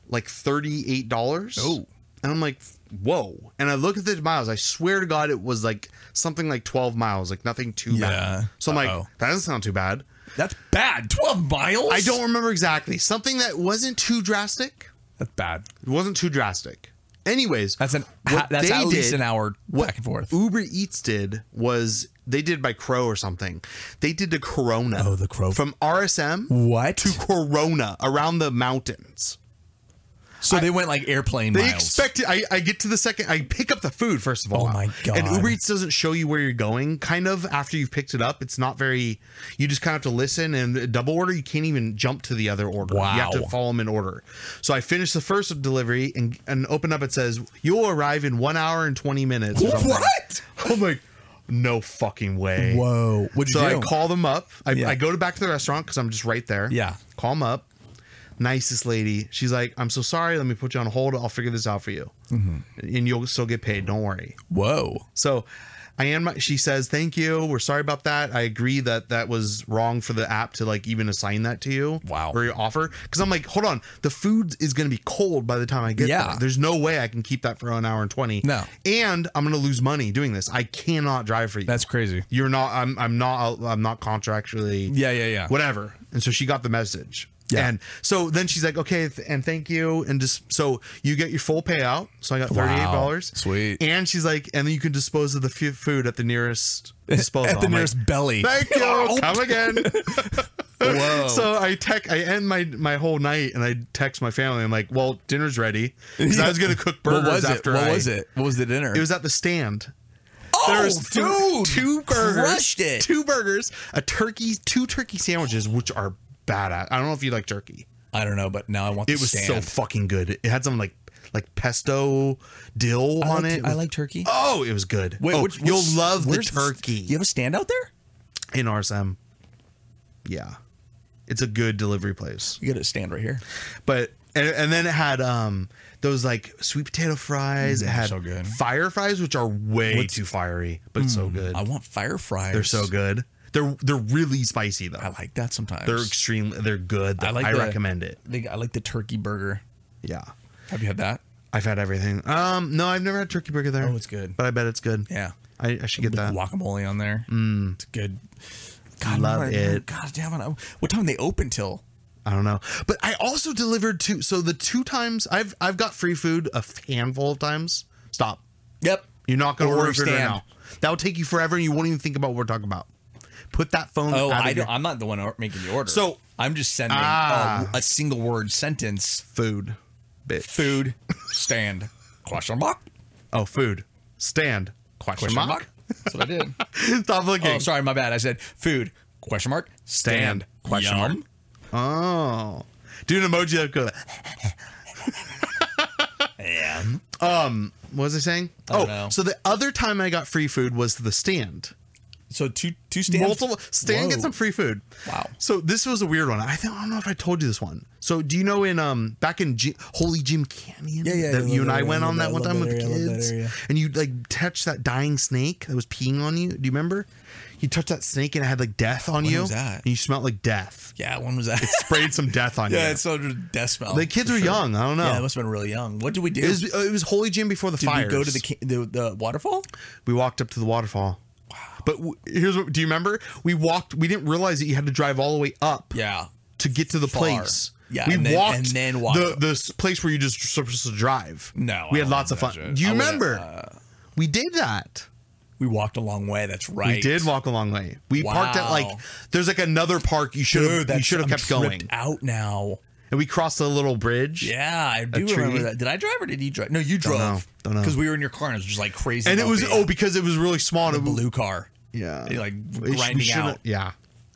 [SPEAKER 2] like thirty eight dollars.
[SPEAKER 1] Oh.
[SPEAKER 2] and I'm like, whoa! And I look at the miles. I swear to God, it was like something like twelve miles, like nothing too
[SPEAKER 1] Yeah.
[SPEAKER 2] bad. So I'm
[SPEAKER 1] Uh-oh.
[SPEAKER 2] like, that doesn't sound too bad.
[SPEAKER 1] That's bad. 12 miles?
[SPEAKER 2] I don't remember exactly something that wasn't too drastic.
[SPEAKER 1] That's bad.
[SPEAKER 2] It wasn't too drastic. Anyways,
[SPEAKER 1] That's an
[SPEAKER 2] what
[SPEAKER 1] that's
[SPEAKER 2] they
[SPEAKER 1] at least
[SPEAKER 2] did-
[SPEAKER 1] an hour
[SPEAKER 2] what
[SPEAKER 1] back and forth.
[SPEAKER 2] Uber Eats did was they did by Crow or something. They did the Corona.
[SPEAKER 1] Oh, the Crow.
[SPEAKER 2] from RSM
[SPEAKER 1] What?
[SPEAKER 2] to Corona around the mountains.
[SPEAKER 1] so they went like airplane
[SPEAKER 2] They
[SPEAKER 1] miles.
[SPEAKER 2] expected. I, I get to the second. I pick up the food first of all.
[SPEAKER 1] Oh my God.
[SPEAKER 2] And Uber Eats doesn't show you where you're going. Kind of after you've picked it up, it's not very. You just kind of have to listen and double order. You can't even jump to the other order. You have to
[SPEAKER 1] Wow.
[SPEAKER 2] follow them in order. So I finished the first delivery and and open up. It says you'll arrive in one hour and twenty minutes. or something.
[SPEAKER 1] what?
[SPEAKER 2] I'm like, no fucking way.
[SPEAKER 1] Whoa. What'd you
[SPEAKER 2] So I
[SPEAKER 1] do?
[SPEAKER 2] call them up. I,
[SPEAKER 1] Yeah.
[SPEAKER 2] I go to back to the restaurant because I'm just right there.
[SPEAKER 1] Yeah.
[SPEAKER 2] Call them up. Nicest lady. She's like, I'm so sorry. Let me put you on hold. I'll figure this out for you.
[SPEAKER 1] Mm-hmm.
[SPEAKER 2] And you'll still get paid. Don't worry.
[SPEAKER 1] Whoa.
[SPEAKER 2] So I am, she says, thank you. We're sorry about that. I agree that that was wrong for the app to like even assign that to you.
[SPEAKER 1] Wow.
[SPEAKER 2] Or your offer. Cause I'm like, hold on. The food is going to be cold by the time I get
[SPEAKER 1] Yeah.
[SPEAKER 2] there. There's no way I can keep that for an hour and 20.
[SPEAKER 1] No.
[SPEAKER 2] And I'm going to lose money doing this. I cannot drive for you
[SPEAKER 1] That's crazy.
[SPEAKER 2] you're not I'm I'm not I'm not contractually
[SPEAKER 1] Yeah, yeah, yeah.
[SPEAKER 2] whatever and so she got the message
[SPEAKER 1] Yeah.
[SPEAKER 2] and so then she's like okay th- and thank you and just so you get your full payout so I got $38
[SPEAKER 1] Sweet.
[SPEAKER 2] and she's like and then you can dispose of the f- food at the nearest disposal
[SPEAKER 1] At the
[SPEAKER 2] I'm like,
[SPEAKER 1] nearest belly. Oh,
[SPEAKER 2] thank you come again
[SPEAKER 1] Whoa.
[SPEAKER 2] so I tech I end my my whole night and I text my family I'm like well dinner's ready 'Cause I was gonna cook burgers
[SPEAKER 1] what was
[SPEAKER 2] after
[SPEAKER 1] it? What
[SPEAKER 2] I,
[SPEAKER 1] was it? What was the dinner?
[SPEAKER 2] it was at the stand
[SPEAKER 1] oh,
[SPEAKER 2] there's two,
[SPEAKER 1] dude,
[SPEAKER 2] two burgers,
[SPEAKER 1] Crushed it.
[SPEAKER 2] two burgers, a turkey, two turkey sandwiches, which are badass. I don't know if you like turkey.
[SPEAKER 1] I don't know, but now I want.
[SPEAKER 2] It
[SPEAKER 1] the
[SPEAKER 2] was so
[SPEAKER 1] stand.
[SPEAKER 2] fucking good. It had some like like pesto dill
[SPEAKER 1] I
[SPEAKER 2] on
[SPEAKER 1] like-
[SPEAKER 2] it.
[SPEAKER 1] I like turkey.
[SPEAKER 2] Oh, it was good.
[SPEAKER 1] Wait,
[SPEAKER 2] oh,
[SPEAKER 1] which-
[SPEAKER 2] you'll
[SPEAKER 1] which-
[SPEAKER 2] love the
[SPEAKER 1] where's s-
[SPEAKER 2] turkey
[SPEAKER 1] You have a stand out there?
[SPEAKER 2] in RSM. Yeah, it's a good delivery place.
[SPEAKER 1] You got a stand right here.
[SPEAKER 2] But and, and then it had um those like sweet potato fries. it had
[SPEAKER 1] Mm, so good. Mm,
[SPEAKER 2] fire fries, which are way too fiery, but so good.
[SPEAKER 1] I want fire fries.
[SPEAKER 2] They're so good. They're they're really spicy though.
[SPEAKER 1] I like that sometimes.
[SPEAKER 2] They're extremely. They're good.
[SPEAKER 1] I
[SPEAKER 2] I
[SPEAKER 1] like
[SPEAKER 2] I
[SPEAKER 1] the-
[SPEAKER 2] recommend it.
[SPEAKER 1] They- I like the turkey burger.
[SPEAKER 2] Yeah,
[SPEAKER 1] Have you had that?
[SPEAKER 2] I've had everything. Um, no, I've never had turkey burger there.
[SPEAKER 1] Oh, it's good.
[SPEAKER 2] but I bet it's good.
[SPEAKER 1] Yeah.
[SPEAKER 2] I, I should get
[SPEAKER 1] With
[SPEAKER 2] that.
[SPEAKER 1] guacamole on there. Mm. It's good. God,
[SPEAKER 2] Love
[SPEAKER 1] remember-
[SPEAKER 2] it.
[SPEAKER 1] God damn it! I- What time they open till?
[SPEAKER 2] I don't know, but I also delivered two. So the two times I've I've got free food a handful of times. Stop.
[SPEAKER 1] Yep.
[SPEAKER 2] You're not gonna
[SPEAKER 1] Order
[SPEAKER 2] order food right
[SPEAKER 1] stand.
[SPEAKER 2] now. That will take you forever, and you won't even think about what we're talking about. Put that phone.
[SPEAKER 1] Oh,
[SPEAKER 2] out of
[SPEAKER 1] I
[SPEAKER 2] your
[SPEAKER 1] don't. I'm not the one or- making the order.
[SPEAKER 2] So-
[SPEAKER 1] I'm just sending
[SPEAKER 2] Ah.
[SPEAKER 1] a, a single word sentence.
[SPEAKER 2] food. Bitch.
[SPEAKER 1] Food stand question mark
[SPEAKER 2] Oh, food. Stand. Question,
[SPEAKER 1] question
[SPEAKER 2] mark.
[SPEAKER 1] mark. That's what I did.
[SPEAKER 2] Stop looking.
[SPEAKER 1] Oh, sorry, my bad. I said food question mark stand,
[SPEAKER 2] Stand.
[SPEAKER 1] question mark.
[SPEAKER 2] Oh. Do an emoji that go.
[SPEAKER 1] And
[SPEAKER 2] What was I saying?
[SPEAKER 1] I don't
[SPEAKER 2] oh,
[SPEAKER 1] know.
[SPEAKER 2] so the other time I got free food was the stand.
[SPEAKER 1] so two two stands.
[SPEAKER 2] Multiple stand
[SPEAKER 1] Whoa.
[SPEAKER 2] gets some free food.
[SPEAKER 1] Wow.
[SPEAKER 2] So this was a weird one. I, think, I don't know if I told you this one. So do you know in um back in G- Holy Jim Canyon?
[SPEAKER 1] Yeah, yeah,
[SPEAKER 2] That
[SPEAKER 1] I
[SPEAKER 2] you
[SPEAKER 1] love
[SPEAKER 2] and
[SPEAKER 1] that
[SPEAKER 2] I
[SPEAKER 1] area,
[SPEAKER 2] went
[SPEAKER 1] I
[SPEAKER 2] on
[SPEAKER 1] love
[SPEAKER 2] that one
[SPEAKER 1] that-
[SPEAKER 2] time
[SPEAKER 1] love
[SPEAKER 2] with the
[SPEAKER 1] that area, I love that
[SPEAKER 2] kids,
[SPEAKER 1] area.
[SPEAKER 2] and you like touched that dying snake that was peeing on you. Do you remember? You touched that snake and it had like death on you.
[SPEAKER 1] was that?
[SPEAKER 2] And you smelled like death.
[SPEAKER 1] Yeah, when was that?
[SPEAKER 2] Sprayed some death on
[SPEAKER 1] yeah,
[SPEAKER 2] you.
[SPEAKER 1] it's so death smell.
[SPEAKER 2] the kids
[SPEAKER 1] for
[SPEAKER 2] were
[SPEAKER 1] sure.
[SPEAKER 2] young. I don't know.
[SPEAKER 1] Yeah, it must have been really young. What did we do?
[SPEAKER 2] it was it was Holy Jim before the
[SPEAKER 1] did
[SPEAKER 2] fire.
[SPEAKER 1] we go to the, ca- the the waterfall?
[SPEAKER 2] We walked up to the waterfall. Wow. But w- here's what do you remember? We walked we didn't realize that you had to drive all the way up
[SPEAKER 1] Yeah.
[SPEAKER 2] to get to the
[SPEAKER 1] Far.
[SPEAKER 2] place.
[SPEAKER 1] Yeah,
[SPEAKER 2] we
[SPEAKER 1] and then-
[SPEAKER 2] walked
[SPEAKER 1] and then walked
[SPEAKER 2] the
[SPEAKER 1] up.
[SPEAKER 2] the s- place where you just supposed to drive.
[SPEAKER 1] No,
[SPEAKER 2] we
[SPEAKER 1] I don't
[SPEAKER 2] had lots of
[SPEAKER 1] remember
[SPEAKER 2] fun.
[SPEAKER 1] that
[SPEAKER 2] Do you
[SPEAKER 1] shit. I wouldn't, uh,
[SPEAKER 2] remember? we did that.
[SPEAKER 1] We walked a long way. That's right.
[SPEAKER 2] We did walk a long way. We parked at like
[SPEAKER 1] Wow.
[SPEAKER 2] there's like another park you should
[SPEAKER 1] Dude,
[SPEAKER 2] have you
[SPEAKER 1] that's-
[SPEAKER 2] should have
[SPEAKER 1] I'm
[SPEAKER 2] kept
[SPEAKER 1] tripped
[SPEAKER 2] going.
[SPEAKER 1] Out now.
[SPEAKER 2] And we crossed a little bridge.
[SPEAKER 1] Yeah, I do
[SPEAKER 2] tree?
[SPEAKER 1] remember that. Did I drive or did you drive? No, you drove.
[SPEAKER 2] know. Don't know.
[SPEAKER 1] Because we were in your car and it was just like crazy.
[SPEAKER 2] And it was
[SPEAKER 1] bumpy.
[SPEAKER 2] oh because it was really small and
[SPEAKER 1] the
[SPEAKER 2] it
[SPEAKER 1] blue car.
[SPEAKER 2] yeah.
[SPEAKER 1] It, like
[SPEAKER 2] We sh- we
[SPEAKER 1] grinding
[SPEAKER 2] should've-
[SPEAKER 1] out.
[SPEAKER 2] Yeah.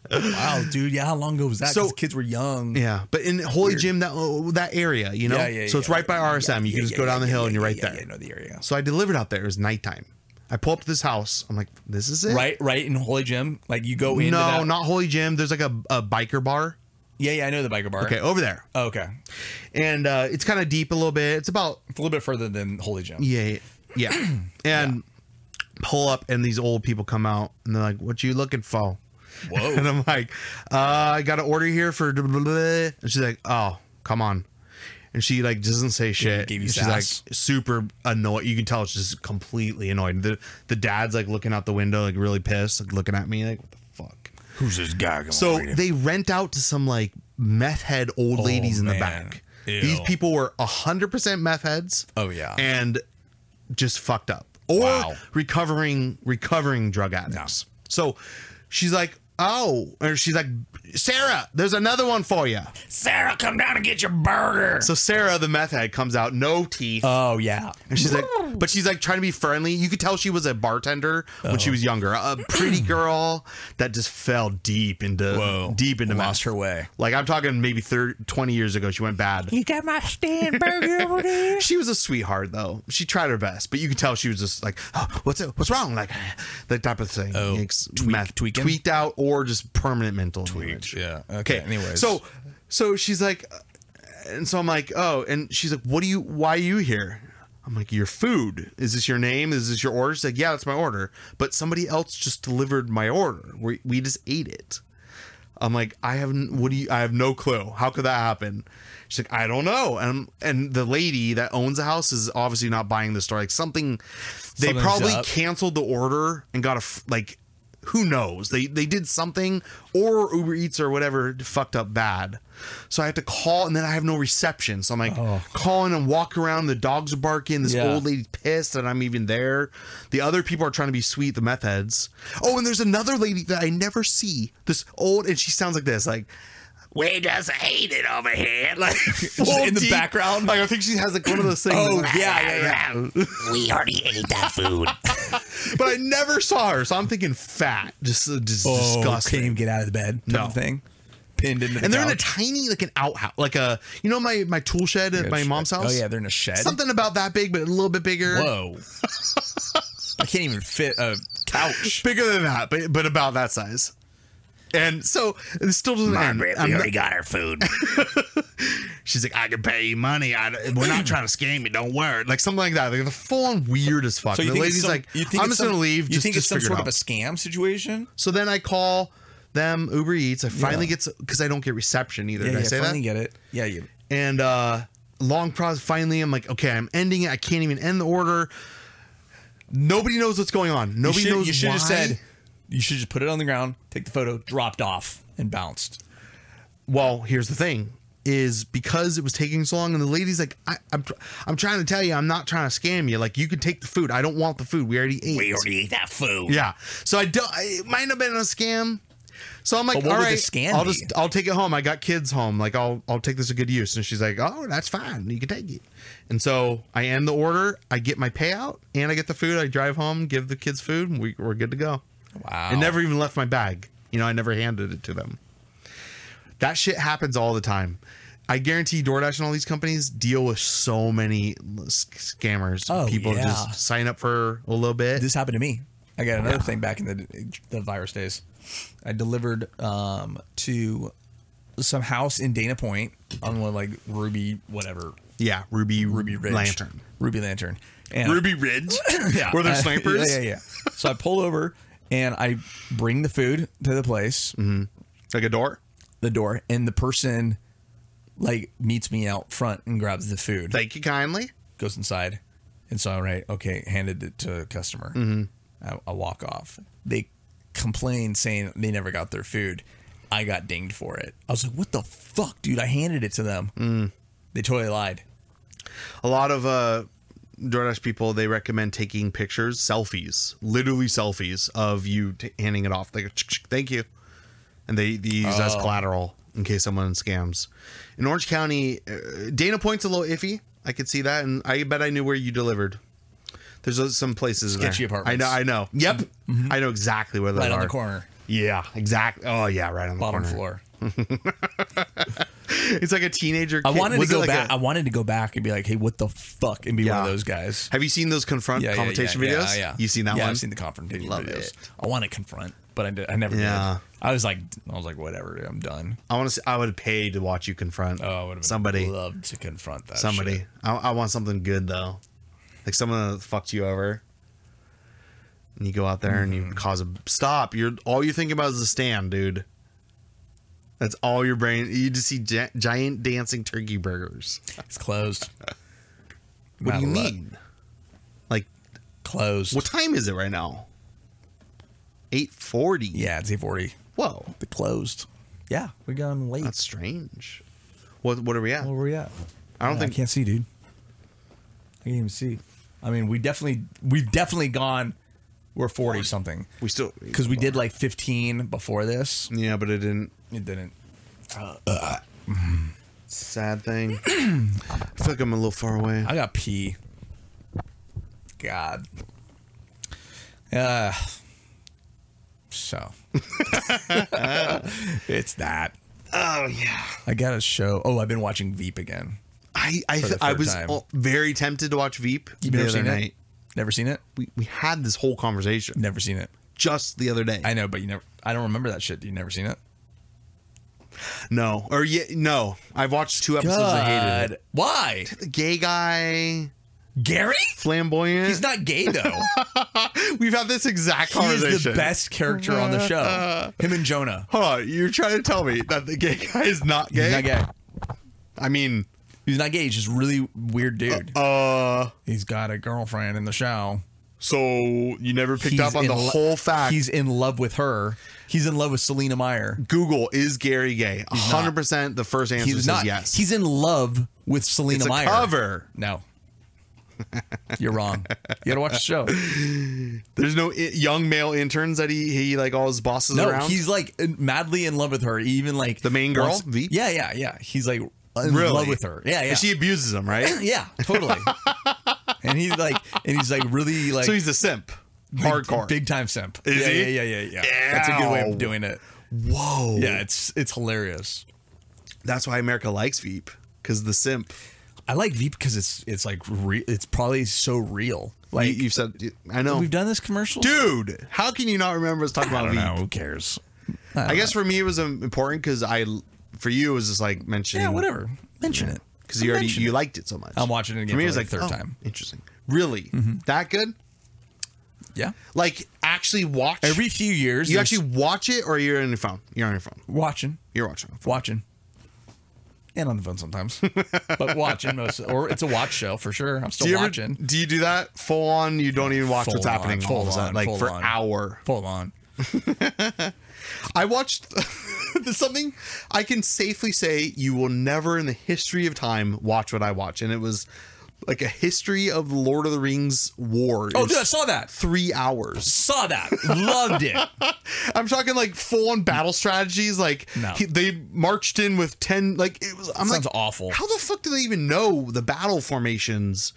[SPEAKER 1] Wow, dude. Yeah, how long ago was that?
[SPEAKER 2] So-
[SPEAKER 1] Because kids were young.
[SPEAKER 2] Yeah, but in Holy Jim, that oh, that area, you know,
[SPEAKER 1] Yeah, yeah,
[SPEAKER 2] so it's
[SPEAKER 1] yeah,
[SPEAKER 2] right by
[SPEAKER 1] yeah,
[SPEAKER 2] RSM. you
[SPEAKER 1] yeah,
[SPEAKER 2] can just
[SPEAKER 1] yeah,
[SPEAKER 2] go down
[SPEAKER 1] yeah,
[SPEAKER 2] the hill
[SPEAKER 1] yeah,
[SPEAKER 2] and you're
[SPEAKER 1] yeah,
[SPEAKER 2] right
[SPEAKER 1] yeah,
[SPEAKER 2] there.
[SPEAKER 1] Yeah, I know the area.
[SPEAKER 2] So I delivered out there. It was nighttime. I pull up to this house. I'm like, this is it,
[SPEAKER 1] Right, right in Holy Gym. Like you go into
[SPEAKER 2] No,
[SPEAKER 1] that.
[SPEAKER 2] not Holy Jim. There's like a, a biker bar.
[SPEAKER 1] Yeah, yeah, I know the biker bar.
[SPEAKER 2] Okay, over there,
[SPEAKER 1] Oh, okay.
[SPEAKER 2] and uh, it's kind of deep a little bit. It's about
[SPEAKER 1] It's a little bit further than Holy Gym.
[SPEAKER 2] yeah, yeah, and pull up and these old people come out and they're like, "What you looking for?"
[SPEAKER 1] Whoa.
[SPEAKER 2] And I'm like, uh, "I got an order here for." blah, blah, blah." And she's like, "Oh, come on." And she like doesn't say shit.
[SPEAKER 1] gave you
[SPEAKER 2] And she's
[SPEAKER 1] sass.
[SPEAKER 2] like super annoyed. You can tell she's just completely annoyed. The the dad's like looking out the window, like really pissed, like looking at me, like what the fuck.
[SPEAKER 1] Who's this guy? Gonna
[SPEAKER 2] So
[SPEAKER 1] read it?
[SPEAKER 2] they rent out to some like meth head old ladies in the
[SPEAKER 1] Oh, man.
[SPEAKER 2] back.
[SPEAKER 1] Ew.
[SPEAKER 2] These people were 100% meth heads.
[SPEAKER 1] Oh, yeah.
[SPEAKER 2] And just fucked up or
[SPEAKER 1] Wow.
[SPEAKER 2] recovering recovering drug addicts. So she's like, "Oh," or she's like, "Sarah, there's another one for you."
[SPEAKER 1] Sarah, come down and get your burger.
[SPEAKER 2] So Sarah the meth head comes out, no teeth.
[SPEAKER 1] oh yeah.
[SPEAKER 2] And she's like, but she's like trying to be friendly. You could tell she was a bartender when
[SPEAKER 1] Oh.
[SPEAKER 2] she was younger, a pretty girl that just fell deep into
[SPEAKER 1] Whoa.
[SPEAKER 2] deep into
[SPEAKER 1] Lost
[SPEAKER 2] meth.
[SPEAKER 1] her way.
[SPEAKER 2] Like I'm talking maybe 30, 20 years ago, she went bad.
[SPEAKER 1] You got my stand burger over there.
[SPEAKER 2] She was a sweetheart though. She tried her best, but you could tell she was just like, oh, what's it? What's wrong? Like that type of thing.
[SPEAKER 1] Oh,
[SPEAKER 2] Ex-
[SPEAKER 1] tweak- tweaking?
[SPEAKER 2] tweaked out, or just permanent mental damage.
[SPEAKER 1] Yeah. Okay. Anyways.
[SPEAKER 2] So, so she's like, and so I'm like, oh, and she's like, what do you? Why are you here? I'm like, your food. Is this your name? Is this your order? She's like, yeah, that's my order. But somebody else just delivered my order. We we just ate it. I'm like, I have n- what do you? I have no clue. How could that happen? She's like, I don't know. And and the lady that owns the house is obviously not buying the store. Like something, they
[SPEAKER 1] Something's
[SPEAKER 2] probably
[SPEAKER 1] up.
[SPEAKER 2] canceled the order and got a f- like, who knows? They they did something or Uber Eats or whatever fucked up bad. So I have to call and then I have no reception. So I'm like calling and walk around. The dogs are barking. This
[SPEAKER 1] Oh. Yeah.
[SPEAKER 2] old lady's pissed that I'm even there. The other people are trying to be sweet, the meth heads. Oh, and there's another lady that I never see. This old, and she sounds like this, like we just hate it over here, like full
[SPEAKER 1] in the background?
[SPEAKER 2] Like I think she has like one of those things.
[SPEAKER 1] Oh,
[SPEAKER 2] like,
[SPEAKER 1] yeah, yeah,
[SPEAKER 3] We already ate that food.
[SPEAKER 2] but I never saw her, so I'm thinking fat, just, uh, just
[SPEAKER 1] oh,
[SPEAKER 2] disgusting.
[SPEAKER 1] can't even get out of the bed. Type
[SPEAKER 2] No.
[SPEAKER 1] of thing. Pinned into the
[SPEAKER 2] and they're in a
[SPEAKER 1] couch.
[SPEAKER 2] tiny, like an outhouse, like a you know my my tool shed at my mom's house.
[SPEAKER 1] Oh yeah, they're in a shed.
[SPEAKER 2] something about that big, but a little bit bigger.
[SPEAKER 1] Whoa. I can't even fit a couch.
[SPEAKER 2] bigger than that, but but about that size. And so it still doesn't end. I'm not-
[SPEAKER 3] got our food.
[SPEAKER 2] she's like, I can pay you money. I, we're not trying to scam you. Don't worry. Like something like that. Like the full on weird as fuck.
[SPEAKER 1] So you
[SPEAKER 2] the
[SPEAKER 1] think
[SPEAKER 2] lady's
[SPEAKER 1] it's some,
[SPEAKER 2] like,
[SPEAKER 1] you think
[SPEAKER 2] I'm
[SPEAKER 1] it's
[SPEAKER 2] just gonna
[SPEAKER 1] some-
[SPEAKER 2] leave.
[SPEAKER 1] You
[SPEAKER 2] just,
[SPEAKER 1] think
[SPEAKER 2] just
[SPEAKER 1] it's some
[SPEAKER 2] figure
[SPEAKER 1] sort
[SPEAKER 2] it
[SPEAKER 1] of a
[SPEAKER 2] out.
[SPEAKER 1] scam situation?
[SPEAKER 2] So then I call them Uber Eats. I finally
[SPEAKER 1] Yeah.
[SPEAKER 2] get because I don't get reception either.
[SPEAKER 1] Yeah, yeah,
[SPEAKER 2] Did I say
[SPEAKER 1] finally
[SPEAKER 2] that?
[SPEAKER 1] get it. Yeah, you.
[SPEAKER 2] and uh long process finally i'm like okay i'm ending it i can't even end the order nobody knows what's going on
[SPEAKER 1] You
[SPEAKER 2] nobody
[SPEAKER 1] should,
[SPEAKER 2] knows
[SPEAKER 1] you should
[SPEAKER 2] why.
[SPEAKER 1] have said. You should just put it on the ground, take the photo, dropped off, and bounced.
[SPEAKER 2] well here's the thing is because it was taking so long and the lady's like I, I'm, tr- I'm trying to tell you i'm not trying to scam you like you can take the food i don't want the food we already ate
[SPEAKER 3] we already ate that food.
[SPEAKER 2] yeah so i don't it might have been a scam so i'm like
[SPEAKER 1] But what
[SPEAKER 2] all
[SPEAKER 1] would the
[SPEAKER 2] right
[SPEAKER 1] scam
[SPEAKER 2] i'll
[SPEAKER 1] be?
[SPEAKER 2] just i'll take it home i got kids home like i'll i'll take this to good use and she's like oh that's fine you can take it and so i end the order i get my payout and i get the food i drive home give the kids food and we, we're good to go
[SPEAKER 1] Wow.
[SPEAKER 2] i never even left my bag you know i never handed it to them that shit happens all the time I guarantee DoorDash and all these companies deal with so many sc- scammers.
[SPEAKER 1] Oh,
[SPEAKER 2] People
[SPEAKER 1] yeah.
[SPEAKER 2] just sign up for a little bit.
[SPEAKER 1] this happened to me. I got another thing back in the the virus days. I delivered um, to some house in Dana Point on one like Ruby whatever
[SPEAKER 2] Yeah, Ruby
[SPEAKER 1] Ruby Ridge
[SPEAKER 2] Lantern.
[SPEAKER 1] Ruby Lantern and
[SPEAKER 2] Ridge.
[SPEAKER 1] yeah.
[SPEAKER 2] Were there
[SPEAKER 1] Uh,
[SPEAKER 2] snipers?
[SPEAKER 1] yeah, yeah, yeah. So I pull over and I bring the food to the place,
[SPEAKER 2] Mm-hmm. Like a door.
[SPEAKER 1] the door, and the person like meets me out front and grabs the food,
[SPEAKER 2] Thank you kindly.
[SPEAKER 1] goes inside, and so all right, okay, handed it to a customer.
[SPEAKER 2] Mm-hmm.
[SPEAKER 1] I, I walk off. They complain saying they never got their food. I got dinged for it. I was like, "What the fuck, dude? I handed it to them."
[SPEAKER 2] Mm.
[SPEAKER 1] They totally lied.
[SPEAKER 2] A lot of uh DoorDash people they recommend taking pictures, selfies, literally selfies of you t- handing it off. They go, "Chick, chick, thank you, and they, they use as collateral in case someone scams. In Orange County, uh, Dana Point's a little iffy. I could see that, and I bet I knew where you delivered. There's uh, some places in
[SPEAKER 1] Sketchy
[SPEAKER 2] there.
[SPEAKER 1] apartments.
[SPEAKER 2] I know. I know. Yep. I know exactly where those
[SPEAKER 1] Right
[SPEAKER 2] are.
[SPEAKER 1] on the corner,
[SPEAKER 2] Yeah. Exactly. Oh yeah. Right on the
[SPEAKER 1] bottom
[SPEAKER 2] corner.
[SPEAKER 1] floor.
[SPEAKER 2] It's like a teenager.
[SPEAKER 1] I
[SPEAKER 2] kid-
[SPEAKER 1] wanted to
[SPEAKER 2] was it
[SPEAKER 1] go
[SPEAKER 2] like
[SPEAKER 1] back.
[SPEAKER 2] a-
[SPEAKER 1] I wanted to go back and be like, "Hey, what the fuck?" and be one
[SPEAKER 2] Yeah.
[SPEAKER 1] of those guys.
[SPEAKER 2] Have you seen those confront
[SPEAKER 1] Yeah, yeah,
[SPEAKER 2] confrontation
[SPEAKER 1] yeah, yeah,
[SPEAKER 2] videos?
[SPEAKER 1] Yeah,
[SPEAKER 2] You seen that
[SPEAKER 1] yeah,
[SPEAKER 2] one?
[SPEAKER 1] I've seen the confrontation
[SPEAKER 2] Love
[SPEAKER 1] videos.
[SPEAKER 2] it.
[SPEAKER 1] I want to confront, but I, did, I never
[SPEAKER 2] Yeah.
[SPEAKER 1] did. I was like, I was like, whatever, dude, I'm done.
[SPEAKER 2] I want to. I would pay to watch you confront
[SPEAKER 1] Oh, I would have
[SPEAKER 2] somebody.
[SPEAKER 1] loved to confront that.
[SPEAKER 2] Somebody.
[SPEAKER 1] shit.
[SPEAKER 2] I, I want something good though, like someone that fucked you over. and you go out there and
[SPEAKER 1] Hmm.
[SPEAKER 2] you cause a stop. You're all you think about is the stand, dude. That's all your brain. You just see gi- giant dancing turkey burgers.
[SPEAKER 1] It's closed.
[SPEAKER 2] What do
[SPEAKER 1] Not
[SPEAKER 2] you
[SPEAKER 1] a lot.
[SPEAKER 2] mean? Like,
[SPEAKER 1] Closed.
[SPEAKER 2] what time is it right now? Eight forty.
[SPEAKER 1] Yeah, it's eight forty.
[SPEAKER 2] Whoa,
[SPEAKER 1] The closed. Yeah, we're going late.
[SPEAKER 2] that's strange. What What are we at?
[SPEAKER 1] Where were we at?
[SPEAKER 2] I don't
[SPEAKER 1] Yeah,
[SPEAKER 2] think.
[SPEAKER 1] I can't see, dude. I can't even see. I mean, we definitely we've definitely gone. We're forty something
[SPEAKER 2] we still
[SPEAKER 1] because we did like fifteen before this.
[SPEAKER 2] Yeah, but it didn't.
[SPEAKER 1] It didn't.
[SPEAKER 2] Sad thing. I feel like I'm a little far away.
[SPEAKER 1] I got pee. God. Uh. So. it's that.
[SPEAKER 2] Oh yeah.
[SPEAKER 1] I got a show. Oh, I've been watching Veep again.
[SPEAKER 2] I I,
[SPEAKER 1] the
[SPEAKER 2] I
[SPEAKER 1] third
[SPEAKER 2] was
[SPEAKER 1] time.
[SPEAKER 2] all- very tempted to watch Veep
[SPEAKER 1] You've
[SPEAKER 2] the
[SPEAKER 1] never
[SPEAKER 2] other
[SPEAKER 1] seen
[SPEAKER 2] night.
[SPEAKER 1] it? Never seen it.
[SPEAKER 2] We we had this whole conversation
[SPEAKER 1] Never seen it.
[SPEAKER 2] just the other day.
[SPEAKER 1] I know, but you never. I don't remember that shit. You never seen it.
[SPEAKER 2] no, or yeah, no. I've watched two episodes. I hated it.
[SPEAKER 1] Why?
[SPEAKER 2] The gay guy,
[SPEAKER 1] Gary?
[SPEAKER 2] flamboyant.
[SPEAKER 1] He's not gay though.
[SPEAKER 2] We've had this exact
[SPEAKER 1] He's
[SPEAKER 2] conversation.
[SPEAKER 1] the best character on the show. Him and Jonah.
[SPEAKER 2] Hold on, you're trying to tell me that the gay guy is not gay?
[SPEAKER 1] He's not gay.
[SPEAKER 2] I mean,
[SPEAKER 1] He's not gay. He's just really weird dude.
[SPEAKER 2] uh,
[SPEAKER 1] He's got a girlfriend in the show.
[SPEAKER 2] so you never picked
[SPEAKER 1] He's
[SPEAKER 2] up on
[SPEAKER 1] in
[SPEAKER 2] the
[SPEAKER 1] lo-
[SPEAKER 2] whole fact.
[SPEAKER 1] He's in love with her. He's in love with Selena Meyer.
[SPEAKER 2] Google is Gary gay.
[SPEAKER 1] not.
[SPEAKER 2] 100%. The first answer
[SPEAKER 1] He's
[SPEAKER 2] is
[SPEAKER 1] not.
[SPEAKER 2] yes.
[SPEAKER 1] He's in love with Selena
[SPEAKER 2] it's a
[SPEAKER 1] Meyer.
[SPEAKER 2] cover.
[SPEAKER 1] No. You're wrong. You gotta watch the show.
[SPEAKER 2] There's no I- young male interns that he he like all his bosses
[SPEAKER 1] No,
[SPEAKER 2] around.
[SPEAKER 1] he's like madly in love with her. He even like
[SPEAKER 2] The main girl,
[SPEAKER 1] wants-
[SPEAKER 2] Veep?
[SPEAKER 1] yeah, yeah, yeah. He's like in
[SPEAKER 2] Really?
[SPEAKER 1] love with her. Yeah, yeah.
[SPEAKER 2] And she abuses him, right?
[SPEAKER 1] Yeah, totally. and he's like, and he's like really like
[SPEAKER 2] so he's a simp,
[SPEAKER 1] big-
[SPEAKER 2] hardcore.
[SPEAKER 1] big time simp.
[SPEAKER 2] Is
[SPEAKER 1] yeah,
[SPEAKER 2] he?
[SPEAKER 1] yeah, yeah, yeah, yeah. That's a good way
[SPEAKER 2] Ow.
[SPEAKER 1] of doing it.
[SPEAKER 2] Whoa.
[SPEAKER 1] Yeah, it's it's hilarious.
[SPEAKER 2] that's why America likes Veep because the simp.
[SPEAKER 1] I like Veep because it's it's like re- it's probably so real. Like
[SPEAKER 2] you, have said, I know,
[SPEAKER 1] we've done this commercial,
[SPEAKER 2] dude. How can you not remember us talking
[SPEAKER 1] I
[SPEAKER 2] about
[SPEAKER 1] don't
[SPEAKER 2] Veep?
[SPEAKER 1] know. Who cares? Uh,
[SPEAKER 2] I guess for me it was um, important because I, for you, it was just like mentioning.
[SPEAKER 1] Yeah, whatever. Mention it
[SPEAKER 2] Because you already
[SPEAKER 1] Mention
[SPEAKER 2] you
[SPEAKER 1] it.
[SPEAKER 2] liked it so much.
[SPEAKER 1] I'm watching it again
[SPEAKER 2] For me,
[SPEAKER 1] for
[SPEAKER 2] it was
[SPEAKER 1] like
[SPEAKER 2] like
[SPEAKER 1] the third
[SPEAKER 2] oh,
[SPEAKER 1] time. Mm-hmm.
[SPEAKER 2] Interesting. Really, that good?
[SPEAKER 1] Yeah.
[SPEAKER 2] Like actually watch
[SPEAKER 1] Every few years,
[SPEAKER 2] You
[SPEAKER 1] there's-
[SPEAKER 2] actually watch it, or you're on your phone. You're on your phone.
[SPEAKER 1] watching,
[SPEAKER 2] You're watching. on your phone.
[SPEAKER 1] watching, and on the phone sometimes, but watching most, or it's a watch show for sure. I'm still
[SPEAKER 2] Do you, ever,
[SPEAKER 1] watching.
[SPEAKER 2] do you do that full on? You don't even watch
[SPEAKER 1] Full
[SPEAKER 2] what's
[SPEAKER 1] on,
[SPEAKER 2] happening all of
[SPEAKER 1] full
[SPEAKER 2] a sudden,
[SPEAKER 1] on,
[SPEAKER 2] like
[SPEAKER 1] full
[SPEAKER 2] for
[SPEAKER 1] on.
[SPEAKER 2] hour.
[SPEAKER 1] Full on.
[SPEAKER 2] I watched there's something I can safely say you will never in the history of time watch what I watch, and it was like a history of Lord of the Rings war.
[SPEAKER 1] Oh,
[SPEAKER 2] It's
[SPEAKER 1] dude, I saw that.
[SPEAKER 2] three hours.
[SPEAKER 1] Saw that. Loved it.
[SPEAKER 2] I'm talking like full on battle strategies. Like
[SPEAKER 1] No.
[SPEAKER 2] he- they marched in with ten. Like it was. I'm
[SPEAKER 1] Sounds
[SPEAKER 2] like,
[SPEAKER 1] awful.
[SPEAKER 2] How the fuck do they even know the battle formations?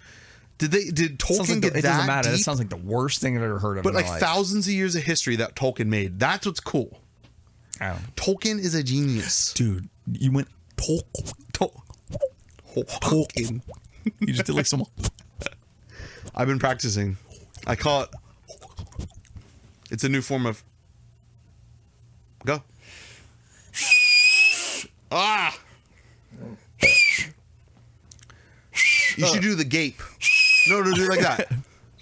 [SPEAKER 2] Did they? Did Tolkien
[SPEAKER 1] Sounds like the-
[SPEAKER 2] get
[SPEAKER 1] it
[SPEAKER 2] that
[SPEAKER 1] doesn't matter. That
[SPEAKER 2] deep?
[SPEAKER 1] sounds like the worst thing I've ever heard of.
[SPEAKER 2] but
[SPEAKER 1] in
[SPEAKER 2] like
[SPEAKER 1] my life.
[SPEAKER 2] thousands of years of history that Tolkien made. That's what's cool.
[SPEAKER 1] Ow.
[SPEAKER 2] Tolkien is a genius.
[SPEAKER 1] dude, you went Tol- Tol-
[SPEAKER 2] Tolkien.
[SPEAKER 1] You just did like some.
[SPEAKER 2] I've been practicing. I call it. It's a new form of. Go. ah. You should do the gape. No, no, do it like that.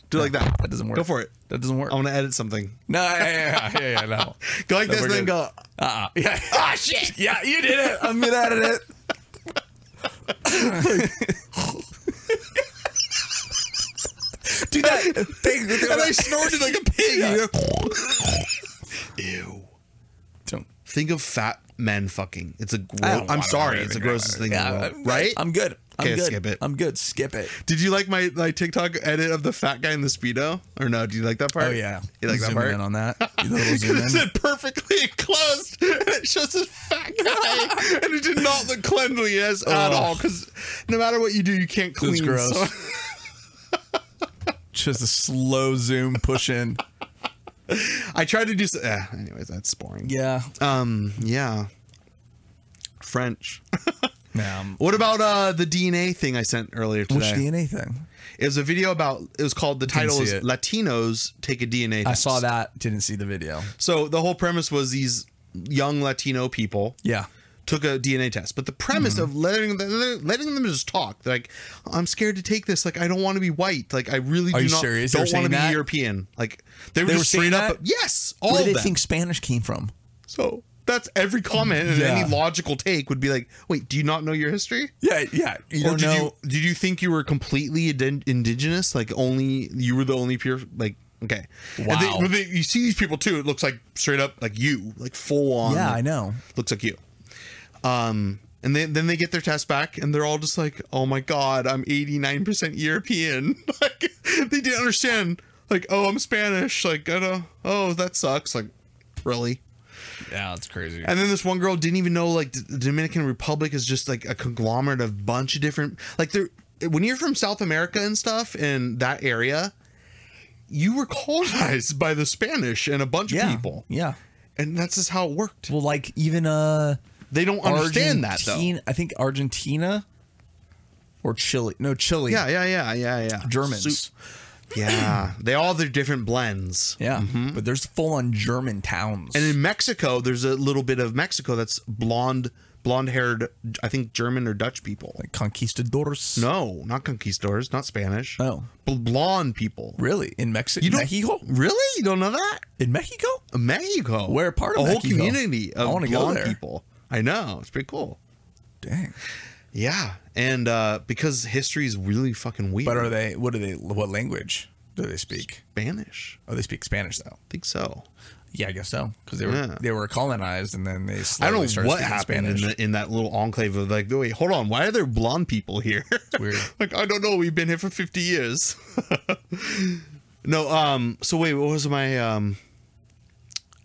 [SPEAKER 2] Do it like that.
[SPEAKER 1] That doesn't work.
[SPEAKER 2] Go for it.
[SPEAKER 1] That doesn't work.
[SPEAKER 2] I want to edit something.
[SPEAKER 1] no, yeah, yeah, yeah, yeah, yeah, no.
[SPEAKER 2] Go like this,
[SPEAKER 1] we're
[SPEAKER 2] then
[SPEAKER 1] good.
[SPEAKER 2] go.
[SPEAKER 1] Uh-uh. Yeah. Ah, shit. Yeah, you did it. I'm good at it. Do that thing.
[SPEAKER 2] And I snorted like a pig. you know? Ew.
[SPEAKER 1] Don't-
[SPEAKER 2] Think of fat men fucking. It's a.
[SPEAKER 1] I
[SPEAKER 2] Gro-
[SPEAKER 1] don't
[SPEAKER 2] I'm
[SPEAKER 1] wanna
[SPEAKER 2] sorry.
[SPEAKER 1] know
[SPEAKER 2] It's the
[SPEAKER 1] anything
[SPEAKER 2] grossest
[SPEAKER 1] about it.
[SPEAKER 2] thing in the
[SPEAKER 1] Yeah,
[SPEAKER 2] world. Right?
[SPEAKER 1] I'm good. I'm
[SPEAKER 2] Okay,
[SPEAKER 1] good.
[SPEAKER 2] skip it.
[SPEAKER 1] I'm good. Skip it.
[SPEAKER 2] Did you like my my TikTok edit of the fat guy in the speedo? Or no? Do you like that part?
[SPEAKER 1] Oh yeah.
[SPEAKER 2] you like that
[SPEAKER 1] Zoom
[SPEAKER 2] part?
[SPEAKER 1] in on that. You little zoom
[SPEAKER 2] It
[SPEAKER 1] in.
[SPEAKER 2] said perfectly enclosed, and it shows this fat guy, and it did not look cleanly as at
[SPEAKER 1] Ugh.
[SPEAKER 2] all. Because no matter what you do, you can't clean.
[SPEAKER 1] That's gross.
[SPEAKER 2] so-
[SPEAKER 1] Just a slow zoom push in.
[SPEAKER 2] I tried to do. So- eh, anyways, that's boring.
[SPEAKER 1] Yeah.
[SPEAKER 2] Um. Yeah. French.
[SPEAKER 1] Um,
[SPEAKER 2] What about uh the DNA thing I sent earlier today?
[SPEAKER 1] which DNA thing?
[SPEAKER 2] It was a video about. It was called. The title
[SPEAKER 1] see
[SPEAKER 2] is
[SPEAKER 1] it.
[SPEAKER 2] Latinos take a DNA.
[SPEAKER 1] I
[SPEAKER 2] test.
[SPEAKER 1] saw that. Didn't see the video.
[SPEAKER 2] So the whole premise was these young Latino people
[SPEAKER 1] Yeah.
[SPEAKER 2] took a DNA test. But the premise
[SPEAKER 1] Mm-hmm.
[SPEAKER 2] of letting them, letting them just talk, like I'm scared to take this, like I don't want to be white, like I really
[SPEAKER 1] Are
[SPEAKER 2] do
[SPEAKER 1] you
[SPEAKER 2] not
[SPEAKER 1] serious? They
[SPEAKER 2] don't
[SPEAKER 1] were
[SPEAKER 2] want to
[SPEAKER 1] saying
[SPEAKER 2] be
[SPEAKER 1] that?
[SPEAKER 2] European. Like they were
[SPEAKER 1] They were
[SPEAKER 2] just straight
[SPEAKER 1] saying
[SPEAKER 2] up,
[SPEAKER 1] that?
[SPEAKER 2] yes, all
[SPEAKER 1] Where do
[SPEAKER 2] of
[SPEAKER 1] they
[SPEAKER 2] them.
[SPEAKER 1] think Spanish came from?
[SPEAKER 2] so that's every comment and
[SPEAKER 1] Yeah.
[SPEAKER 2] any logical take would be like, wait, do you not know your history?
[SPEAKER 1] Yeah, yeah. You
[SPEAKER 2] or
[SPEAKER 1] don't
[SPEAKER 2] did
[SPEAKER 1] know.
[SPEAKER 2] you did you think you were completely inden- indigenous? Like only you were the only pure like okay. And they,
[SPEAKER 1] Wow.
[SPEAKER 2] when they- you see these people too. It looks like straight up like you, like full on.
[SPEAKER 1] yeah,
[SPEAKER 2] like,
[SPEAKER 1] I know.
[SPEAKER 2] Looks like you. Um, and then then they get their test back, and they're all just like, "Oh my god, I'm 89 percent European." like they didn't understand. Like, oh, I'm Spanish. Like, I don't. Oh, that sucks. Like, really.
[SPEAKER 1] Yeah, it's crazy.
[SPEAKER 2] And then this one girl didn't even know like the Dominican Republic is just like a conglomerate of bunch of different like there when you're from South America and stuff in that area, you were colonized by the Spanish and a bunch
[SPEAKER 1] Yeah,
[SPEAKER 2] of people.
[SPEAKER 1] yeah.
[SPEAKER 2] And that's just how it worked.
[SPEAKER 1] Well, like even uh,
[SPEAKER 2] They don't understand that though.
[SPEAKER 1] Argentina- I think Argentina or Chile. No, Chile.
[SPEAKER 2] Yeah, yeah, yeah, yeah, yeah.
[SPEAKER 1] Germans.
[SPEAKER 2] So- yeah. They all have their different blends.
[SPEAKER 1] yeah, but there's full on German towns.
[SPEAKER 2] Mm-hmm. And in Mexico, there's a little bit of Mexico that's blonde blonde haired I think German or Dutch people.
[SPEAKER 1] like conquistadors.
[SPEAKER 2] No, not conquistadors, not Spanish.
[SPEAKER 1] Oh.
[SPEAKER 2] Bl- blonde people.
[SPEAKER 1] Really? In Mexico?
[SPEAKER 2] You don't
[SPEAKER 1] Mexico?
[SPEAKER 2] really? You don't know that?
[SPEAKER 1] In Mexico?
[SPEAKER 2] Mexico.
[SPEAKER 1] Where part of
[SPEAKER 2] a
[SPEAKER 1] Mexico?
[SPEAKER 2] whole community
[SPEAKER 1] I
[SPEAKER 2] of
[SPEAKER 1] wanna go
[SPEAKER 2] blonde
[SPEAKER 1] there.
[SPEAKER 2] people. I know. It's pretty cool.
[SPEAKER 1] Dang.
[SPEAKER 2] Yeah, and uh, because history is really fucking weird.
[SPEAKER 1] But are they? What do they? What language do they speak?
[SPEAKER 2] Spanish?
[SPEAKER 1] Oh, they speak Spanish though.
[SPEAKER 2] I think so.
[SPEAKER 1] Yeah, I guess so. Because they were
[SPEAKER 2] Yeah.
[SPEAKER 1] they were colonized and then they.
[SPEAKER 2] I don't
[SPEAKER 1] slowly
[SPEAKER 2] know
[SPEAKER 1] started
[SPEAKER 2] what
[SPEAKER 1] speaking
[SPEAKER 2] happened in,
[SPEAKER 1] Spanish.
[SPEAKER 2] the, in that little enclave of like, wait, hold on, why are there blonde people here?
[SPEAKER 1] Weird.
[SPEAKER 2] like, I don't know. We've been here for fifty years. no, um. So wait, what was my um?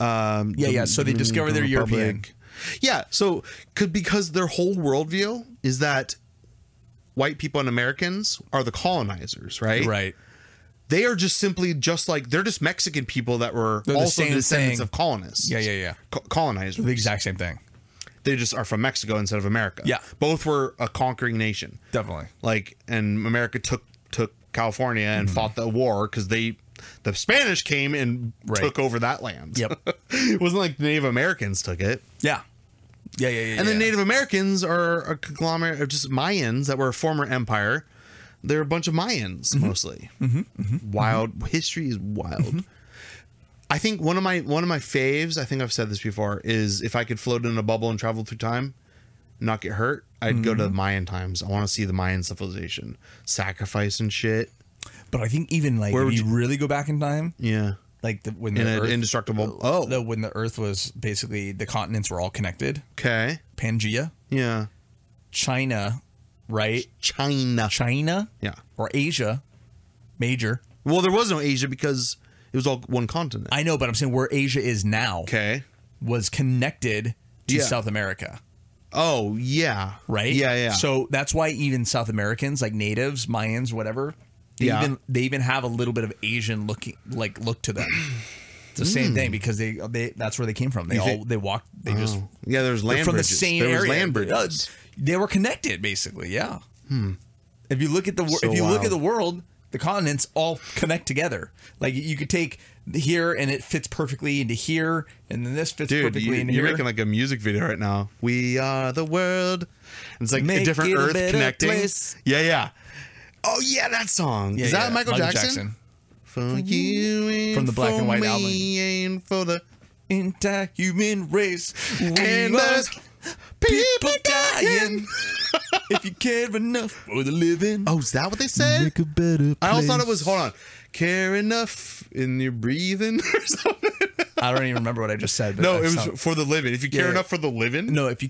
[SPEAKER 2] Um.
[SPEAKER 1] Yeah, yeah, so they discover they're European.
[SPEAKER 2] Yeah. So could because their whole worldview is that white people and Americans are the colonizers, right?
[SPEAKER 1] right.
[SPEAKER 2] They are just simply just like they're just Mexican people that were
[SPEAKER 1] They're the
[SPEAKER 2] also
[SPEAKER 1] same
[SPEAKER 2] descendants
[SPEAKER 1] thing.
[SPEAKER 2] of colonists.
[SPEAKER 1] Yeah, yeah, yeah.
[SPEAKER 2] Co- colonizers
[SPEAKER 1] The exact same thing.
[SPEAKER 2] they just are from Mexico instead of America.
[SPEAKER 1] Yeah.
[SPEAKER 2] Both were a conquering nation.
[SPEAKER 1] Definitely.
[SPEAKER 2] Like and America took took California and
[SPEAKER 1] Mm-hmm.
[SPEAKER 2] fought the war cuz they the Spanish came and
[SPEAKER 1] Right.
[SPEAKER 2] took over that land.
[SPEAKER 1] Yep.
[SPEAKER 2] it wasn't like the Native Americans took it.
[SPEAKER 1] Yeah. Yeah, yeah, yeah.
[SPEAKER 2] And the
[SPEAKER 1] yeah.
[SPEAKER 2] Native Americans are a conglomerate of just Mayans that were a former empire. They're a bunch of Mayans
[SPEAKER 1] Mm-hmm.
[SPEAKER 2] mostly. Wild history is wild. I think one of my one of my faves. I think I've said this before. Is if I could float in a bubble and travel through time, not get hurt, I'd go
[SPEAKER 1] Mm-hmm.
[SPEAKER 2] to Mayan times. I want to see the Mayan civilization, sacrifice and shit.
[SPEAKER 1] But I think even like
[SPEAKER 2] Where
[SPEAKER 1] if
[SPEAKER 2] would
[SPEAKER 1] you, really go back in time,
[SPEAKER 2] Yeah,
[SPEAKER 1] like the, when
[SPEAKER 2] in
[SPEAKER 1] the
[SPEAKER 2] an
[SPEAKER 1] Earth,
[SPEAKER 2] indestructible.
[SPEAKER 1] oh,
[SPEAKER 2] Oh,
[SPEAKER 1] the, when the Earth was basically the continents were all connected,
[SPEAKER 2] okay.
[SPEAKER 1] Pangea,
[SPEAKER 2] Yeah,
[SPEAKER 1] China, right?
[SPEAKER 2] China.
[SPEAKER 1] China,
[SPEAKER 2] Yeah.
[SPEAKER 1] or Asia, major.
[SPEAKER 2] Well, there was no Asia because it was all one continent.
[SPEAKER 1] I know, but I'm saying where Asia is now
[SPEAKER 2] okay.
[SPEAKER 1] was connected to
[SPEAKER 2] Yeah.
[SPEAKER 1] South America,
[SPEAKER 2] Oh yeah,
[SPEAKER 1] right?
[SPEAKER 2] Yeah, yeah.
[SPEAKER 1] So that's why even South Americans, like natives, Mayans, whatever, they
[SPEAKER 2] Yeah.
[SPEAKER 1] even they even have a little bit of Asian looking like look to them. It's the same thing because they they that's where they came from. They all
[SPEAKER 2] Hmm. think-
[SPEAKER 1] they walked. They just
[SPEAKER 2] Oh. yeah, there's land
[SPEAKER 1] from
[SPEAKER 2] bridges.
[SPEAKER 1] the same
[SPEAKER 2] there
[SPEAKER 1] area.
[SPEAKER 2] was land
[SPEAKER 1] Uh,
[SPEAKER 2] bridges. Hmm.
[SPEAKER 1] They were connected, basically. Yeah. If you look at the wor-
[SPEAKER 2] So
[SPEAKER 1] if you look
[SPEAKER 2] wild.
[SPEAKER 1] at the world, the continents all connect together. Like you could take here and it fits perfectly into here, and then this fits
[SPEAKER 2] Dude,
[SPEAKER 1] perfectly
[SPEAKER 2] you,
[SPEAKER 1] into
[SPEAKER 2] you're
[SPEAKER 1] here.
[SPEAKER 2] making like a music video right now. We are the world. And It's like
[SPEAKER 1] Make
[SPEAKER 2] a different
[SPEAKER 1] it a
[SPEAKER 2] earth
[SPEAKER 1] better
[SPEAKER 2] connecting.
[SPEAKER 1] place.
[SPEAKER 2] Yeah, yeah. Oh yeah, that song.
[SPEAKER 1] Yeah,
[SPEAKER 2] Is that
[SPEAKER 1] yeah.
[SPEAKER 2] Michael, Jackson? For you and
[SPEAKER 1] From the Black
[SPEAKER 2] for
[SPEAKER 1] and White
[SPEAKER 2] me
[SPEAKER 1] album.
[SPEAKER 2] And for the
[SPEAKER 1] Entire human race, we
[SPEAKER 2] and
[SPEAKER 1] are
[SPEAKER 2] there's people dying.
[SPEAKER 1] if you care enough for the living,
[SPEAKER 2] Oh, is that what they said?
[SPEAKER 1] make a better. Place.
[SPEAKER 2] I always thought it was. Hold on. Care enough in your breathing or something.
[SPEAKER 1] I don't even remember what I just said. But
[SPEAKER 2] No,
[SPEAKER 1] that
[SPEAKER 2] it was
[SPEAKER 1] sound-
[SPEAKER 2] for the living. If you care
[SPEAKER 1] Yeah.
[SPEAKER 2] enough for the living,
[SPEAKER 1] no. If you,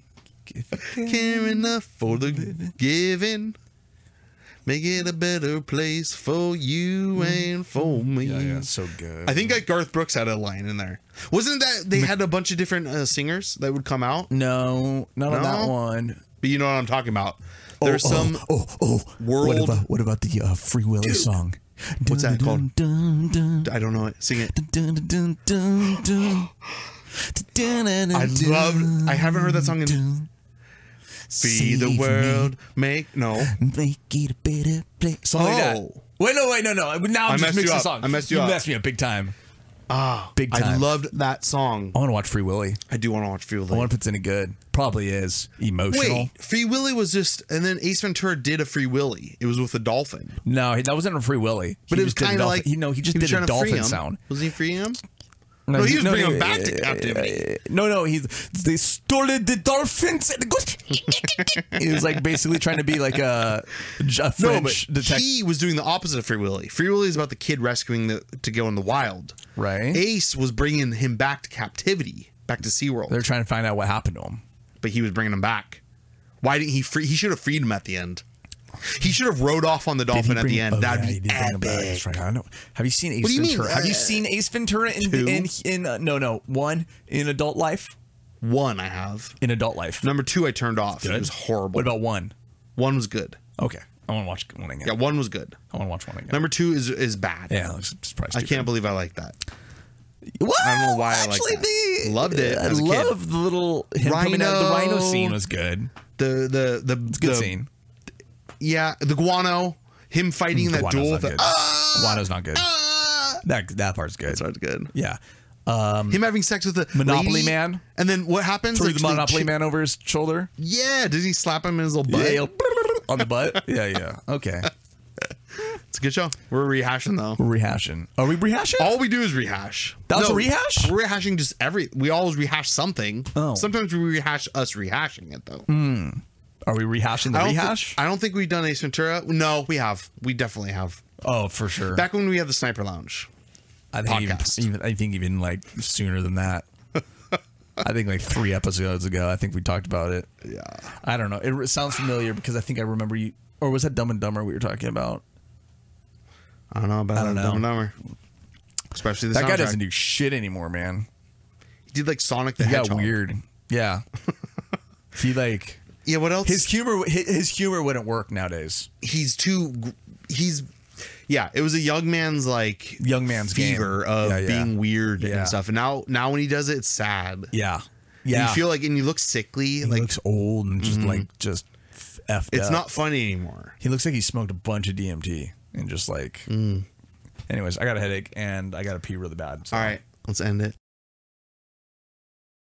[SPEAKER 1] if you care
[SPEAKER 2] care enough for the giving. Make it a better place for you and for me.
[SPEAKER 1] Mm. Yeah, yeah, it's so good.
[SPEAKER 2] I think like Garth Brooks had a line in there. Wasn't that
[SPEAKER 1] Mm.
[SPEAKER 2] they had a bunch of different uh, singers that would come out?
[SPEAKER 1] no, not on that
[SPEAKER 2] No?
[SPEAKER 1] one.
[SPEAKER 2] But you know what I'm talking about. There's some
[SPEAKER 1] oh oh What
[SPEAKER 2] world-
[SPEAKER 1] about, what about the uh, Free Willy song?
[SPEAKER 2] what's that called?
[SPEAKER 1] Dun, dun,
[SPEAKER 2] I don't know it. Sing it.
[SPEAKER 1] dun, dun, dun, dun, dun. Dun, dun, dun,
[SPEAKER 2] I
[SPEAKER 1] dun,
[SPEAKER 2] loved. I haven't heard that song in.
[SPEAKER 1] dun.
[SPEAKER 2] Be
[SPEAKER 1] Save
[SPEAKER 2] the
[SPEAKER 1] me,
[SPEAKER 2] world, make no.
[SPEAKER 1] make it a better place. Something like that.
[SPEAKER 2] Oh.
[SPEAKER 1] Wait, no, wait, no, no. Now I'm
[SPEAKER 2] I
[SPEAKER 1] just
[SPEAKER 2] messed you
[SPEAKER 1] mixing
[SPEAKER 2] up.
[SPEAKER 1] songs.
[SPEAKER 2] I messed you up.
[SPEAKER 1] messed me up big time. Big
[SPEAKER 2] Ah, I
[SPEAKER 1] time.
[SPEAKER 2] loved that song.
[SPEAKER 1] I want to watch Free Willy.
[SPEAKER 2] I do want to watch Free
[SPEAKER 1] I
[SPEAKER 2] Willy.
[SPEAKER 1] wonder if it's any good. Probably is emotional.
[SPEAKER 2] Wait, Free Willy was just, and then Ace Ventura did a Free Willy. It was with a dolphin,
[SPEAKER 1] No, he- that wasn't a Free Willy.
[SPEAKER 2] but
[SPEAKER 1] He
[SPEAKER 2] it was
[SPEAKER 1] just did a
[SPEAKER 2] kind of
[SPEAKER 1] dolphin-
[SPEAKER 2] like
[SPEAKER 1] he, no, he just
[SPEAKER 2] was
[SPEAKER 1] did
[SPEAKER 2] trying
[SPEAKER 1] a
[SPEAKER 2] to free
[SPEAKER 1] dolphin
[SPEAKER 2] him.
[SPEAKER 1] sound. Uh,
[SPEAKER 2] Was he freeing him? No, he was bringing him back to captivity.
[SPEAKER 1] No, no, he they stole the dolphins and goes. he was like basically trying to be like a, a
[SPEAKER 2] No,
[SPEAKER 1] French
[SPEAKER 2] but
[SPEAKER 1] detective.
[SPEAKER 2] he was doing the opposite of Free Willy. Free Willy is about the kid rescuing the to go in the wild.
[SPEAKER 1] Right.
[SPEAKER 2] Ace was bringing him back to captivity, back to SeaWorld,
[SPEAKER 1] They're trying to find out what happened to him.
[SPEAKER 2] but he was bringing him back. Why didn't he free? He should have freed him at the end. He should have rode off on the
[SPEAKER 1] Did he
[SPEAKER 2] dolphin at
[SPEAKER 1] bring-
[SPEAKER 2] the end.
[SPEAKER 1] oh,
[SPEAKER 2] That'd
[SPEAKER 1] yeah, he
[SPEAKER 2] be
[SPEAKER 1] did bring him back.
[SPEAKER 2] epic.
[SPEAKER 1] That's right. I know. Have you seen Ace
[SPEAKER 2] What do you mean?
[SPEAKER 1] Ventura? Have you
[SPEAKER 2] Uh,
[SPEAKER 1] seen Ace Ventura in
[SPEAKER 2] two?
[SPEAKER 1] in, in uh, no no one in Adult Life
[SPEAKER 2] One I have.
[SPEAKER 1] in Adult Life?
[SPEAKER 2] Number two I turned off. It
[SPEAKER 1] Good.
[SPEAKER 2] was horrible.
[SPEAKER 1] What about one?
[SPEAKER 2] one was good.
[SPEAKER 1] Okay, I want to watch one again.
[SPEAKER 2] Yeah, one was good.
[SPEAKER 1] I want to watch one again.
[SPEAKER 2] Number two is is bad.
[SPEAKER 1] yeah, I was surprised.
[SPEAKER 2] I can't believe I like that.
[SPEAKER 1] Well,
[SPEAKER 2] I don't know why I like
[SPEAKER 1] actually,
[SPEAKER 2] that.
[SPEAKER 1] the-
[SPEAKER 2] Loved it
[SPEAKER 1] I
[SPEAKER 2] as a kid.
[SPEAKER 1] love the little him coming out. The
[SPEAKER 2] Rhino.
[SPEAKER 1] rhino scene was good.
[SPEAKER 2] The the the
[SPEAKER 1] Good
[SPEAKER 2] the,
[SPEAKER 1] scene.
[SPEAKER 2] Yeah, the guano, him fighting that
[SPEAKER 1] Mm, Guano's
[SPEAKER 2] duel.
[SPEAKER 1] not
[SPEAKER 2] The,
[SPEAKER 1] good.
[SPEAKER 2] ah,
[SPEAKER 1] Guano's not good. That that part's good.
[SPEAKER 2] that's good.
[SPEAKER 1] Yeah,
[SPEAKER 2] Him having sex with the
[SPEAKER 1] Um, Monopoly
[SPEAKER 2] lady,
[SPEAKER 1] Man?
[SPEAKER 2] and then what happens?
[SPEAKER 1] threw
[SPEAKER 2] Like,
[SPEAKER 1] the
[SPEAKER 2] they
[SPEAKER 1] Monopoly
[SPEAKER 2] chi-
[SPEAKER 1] man over his shoulder.
[SPEAKER 2] Yeah, does he slap him in his little butt?
[SPEAKER 1] Yeah, on the butt. Yeah, yeah. Okay,
[SPEAKER 2] It's a good show. We're rehashing though.
[SPEAKER 1] We're rehashing. Are we rehashing?
[SPEAKER 2] All we do is rehash.
[SPEAKER 1] That was a rehash?
[SPEAKER 2] We're rehashing just every. We always rehash something.
[SPEAKER 1] Oh.
[SPEAKER 2] Sometimes we rehash us rehashing it though.
[SPEAKER 1] Are we rehashing the
[SPEAKER 2] I don't thi-
[SPEAKER 1] rehash?
[SPEAKER 2] I don't think we've done Ace Ventura. No, we have. We definitely have.
[SPEAKER 1] oh, for sure.
[SPEAKER 2] Back when we had the Sniper Lounge.
[SPEAKER 1] I think even,
[SPEAKER 2] podcast.
[SPEAKER 1] even- I think even like sooner than that. I think like three episodes ago. I think we talked about it.
[SPEAKER 2] Yeah.
[SPEAKER 1] I don't know. It re- sounds familiar because I think I remember you. Or was that Dumb and Dumber we were talking about?
[SPEAKER 2] I don't know about
[SPEAKER 1] don't
[SPEAKER 2] that
[SPEAKER 1] know.
[SPEAKER 2] Dumb and Dumber. Especially the
[SPEAKER 1] That guy
[SPEAKER 2] soundtrack.
[SPEAKER 1] doesn't do shit anymore, man.
[SPEAKER 2] He did like Sonic the
[SPEAKER 1] He got
[SPEAKER 2] Hedgehog.
[SPEAKER 1] weird. Yeah. he like
[SPEAKER 2] Yeah, what else?
[SPEAKER 1] his humor. His, his humor wouldn't work nowadays.
[SPEAKER 2] he's too gr- he's yeah it was a young man's like
[SPEAKER 1] Young man's game.
[SPEAKER 2] fever of
[SPEAKER 1] Yeah, yeah.
[SPEAKER 2] being weird
[SPEAKER 1] Yeah.
[SPEAKER 2] and stuff and now now when he does it it's sad
[SPEAKER 1] Yeah. Yeah.
[SPEAKER 2] you feel like and you look sickly
[SPEAKER 1] he
[SPEAKER 2] like Mm-hmm.
[SPEAKER 1] looks old and just like just f- effed
[SPEAKER 2] it's
[SPEAKER 1] up.
[SPEAKER 2] not funny anymore
[SPEAKER 1] He looks like he smoked a bunch of DMT and just like. Anyways, I got a headache and I got to pee really bad. So.
[SPEAKER 2] all right let's end it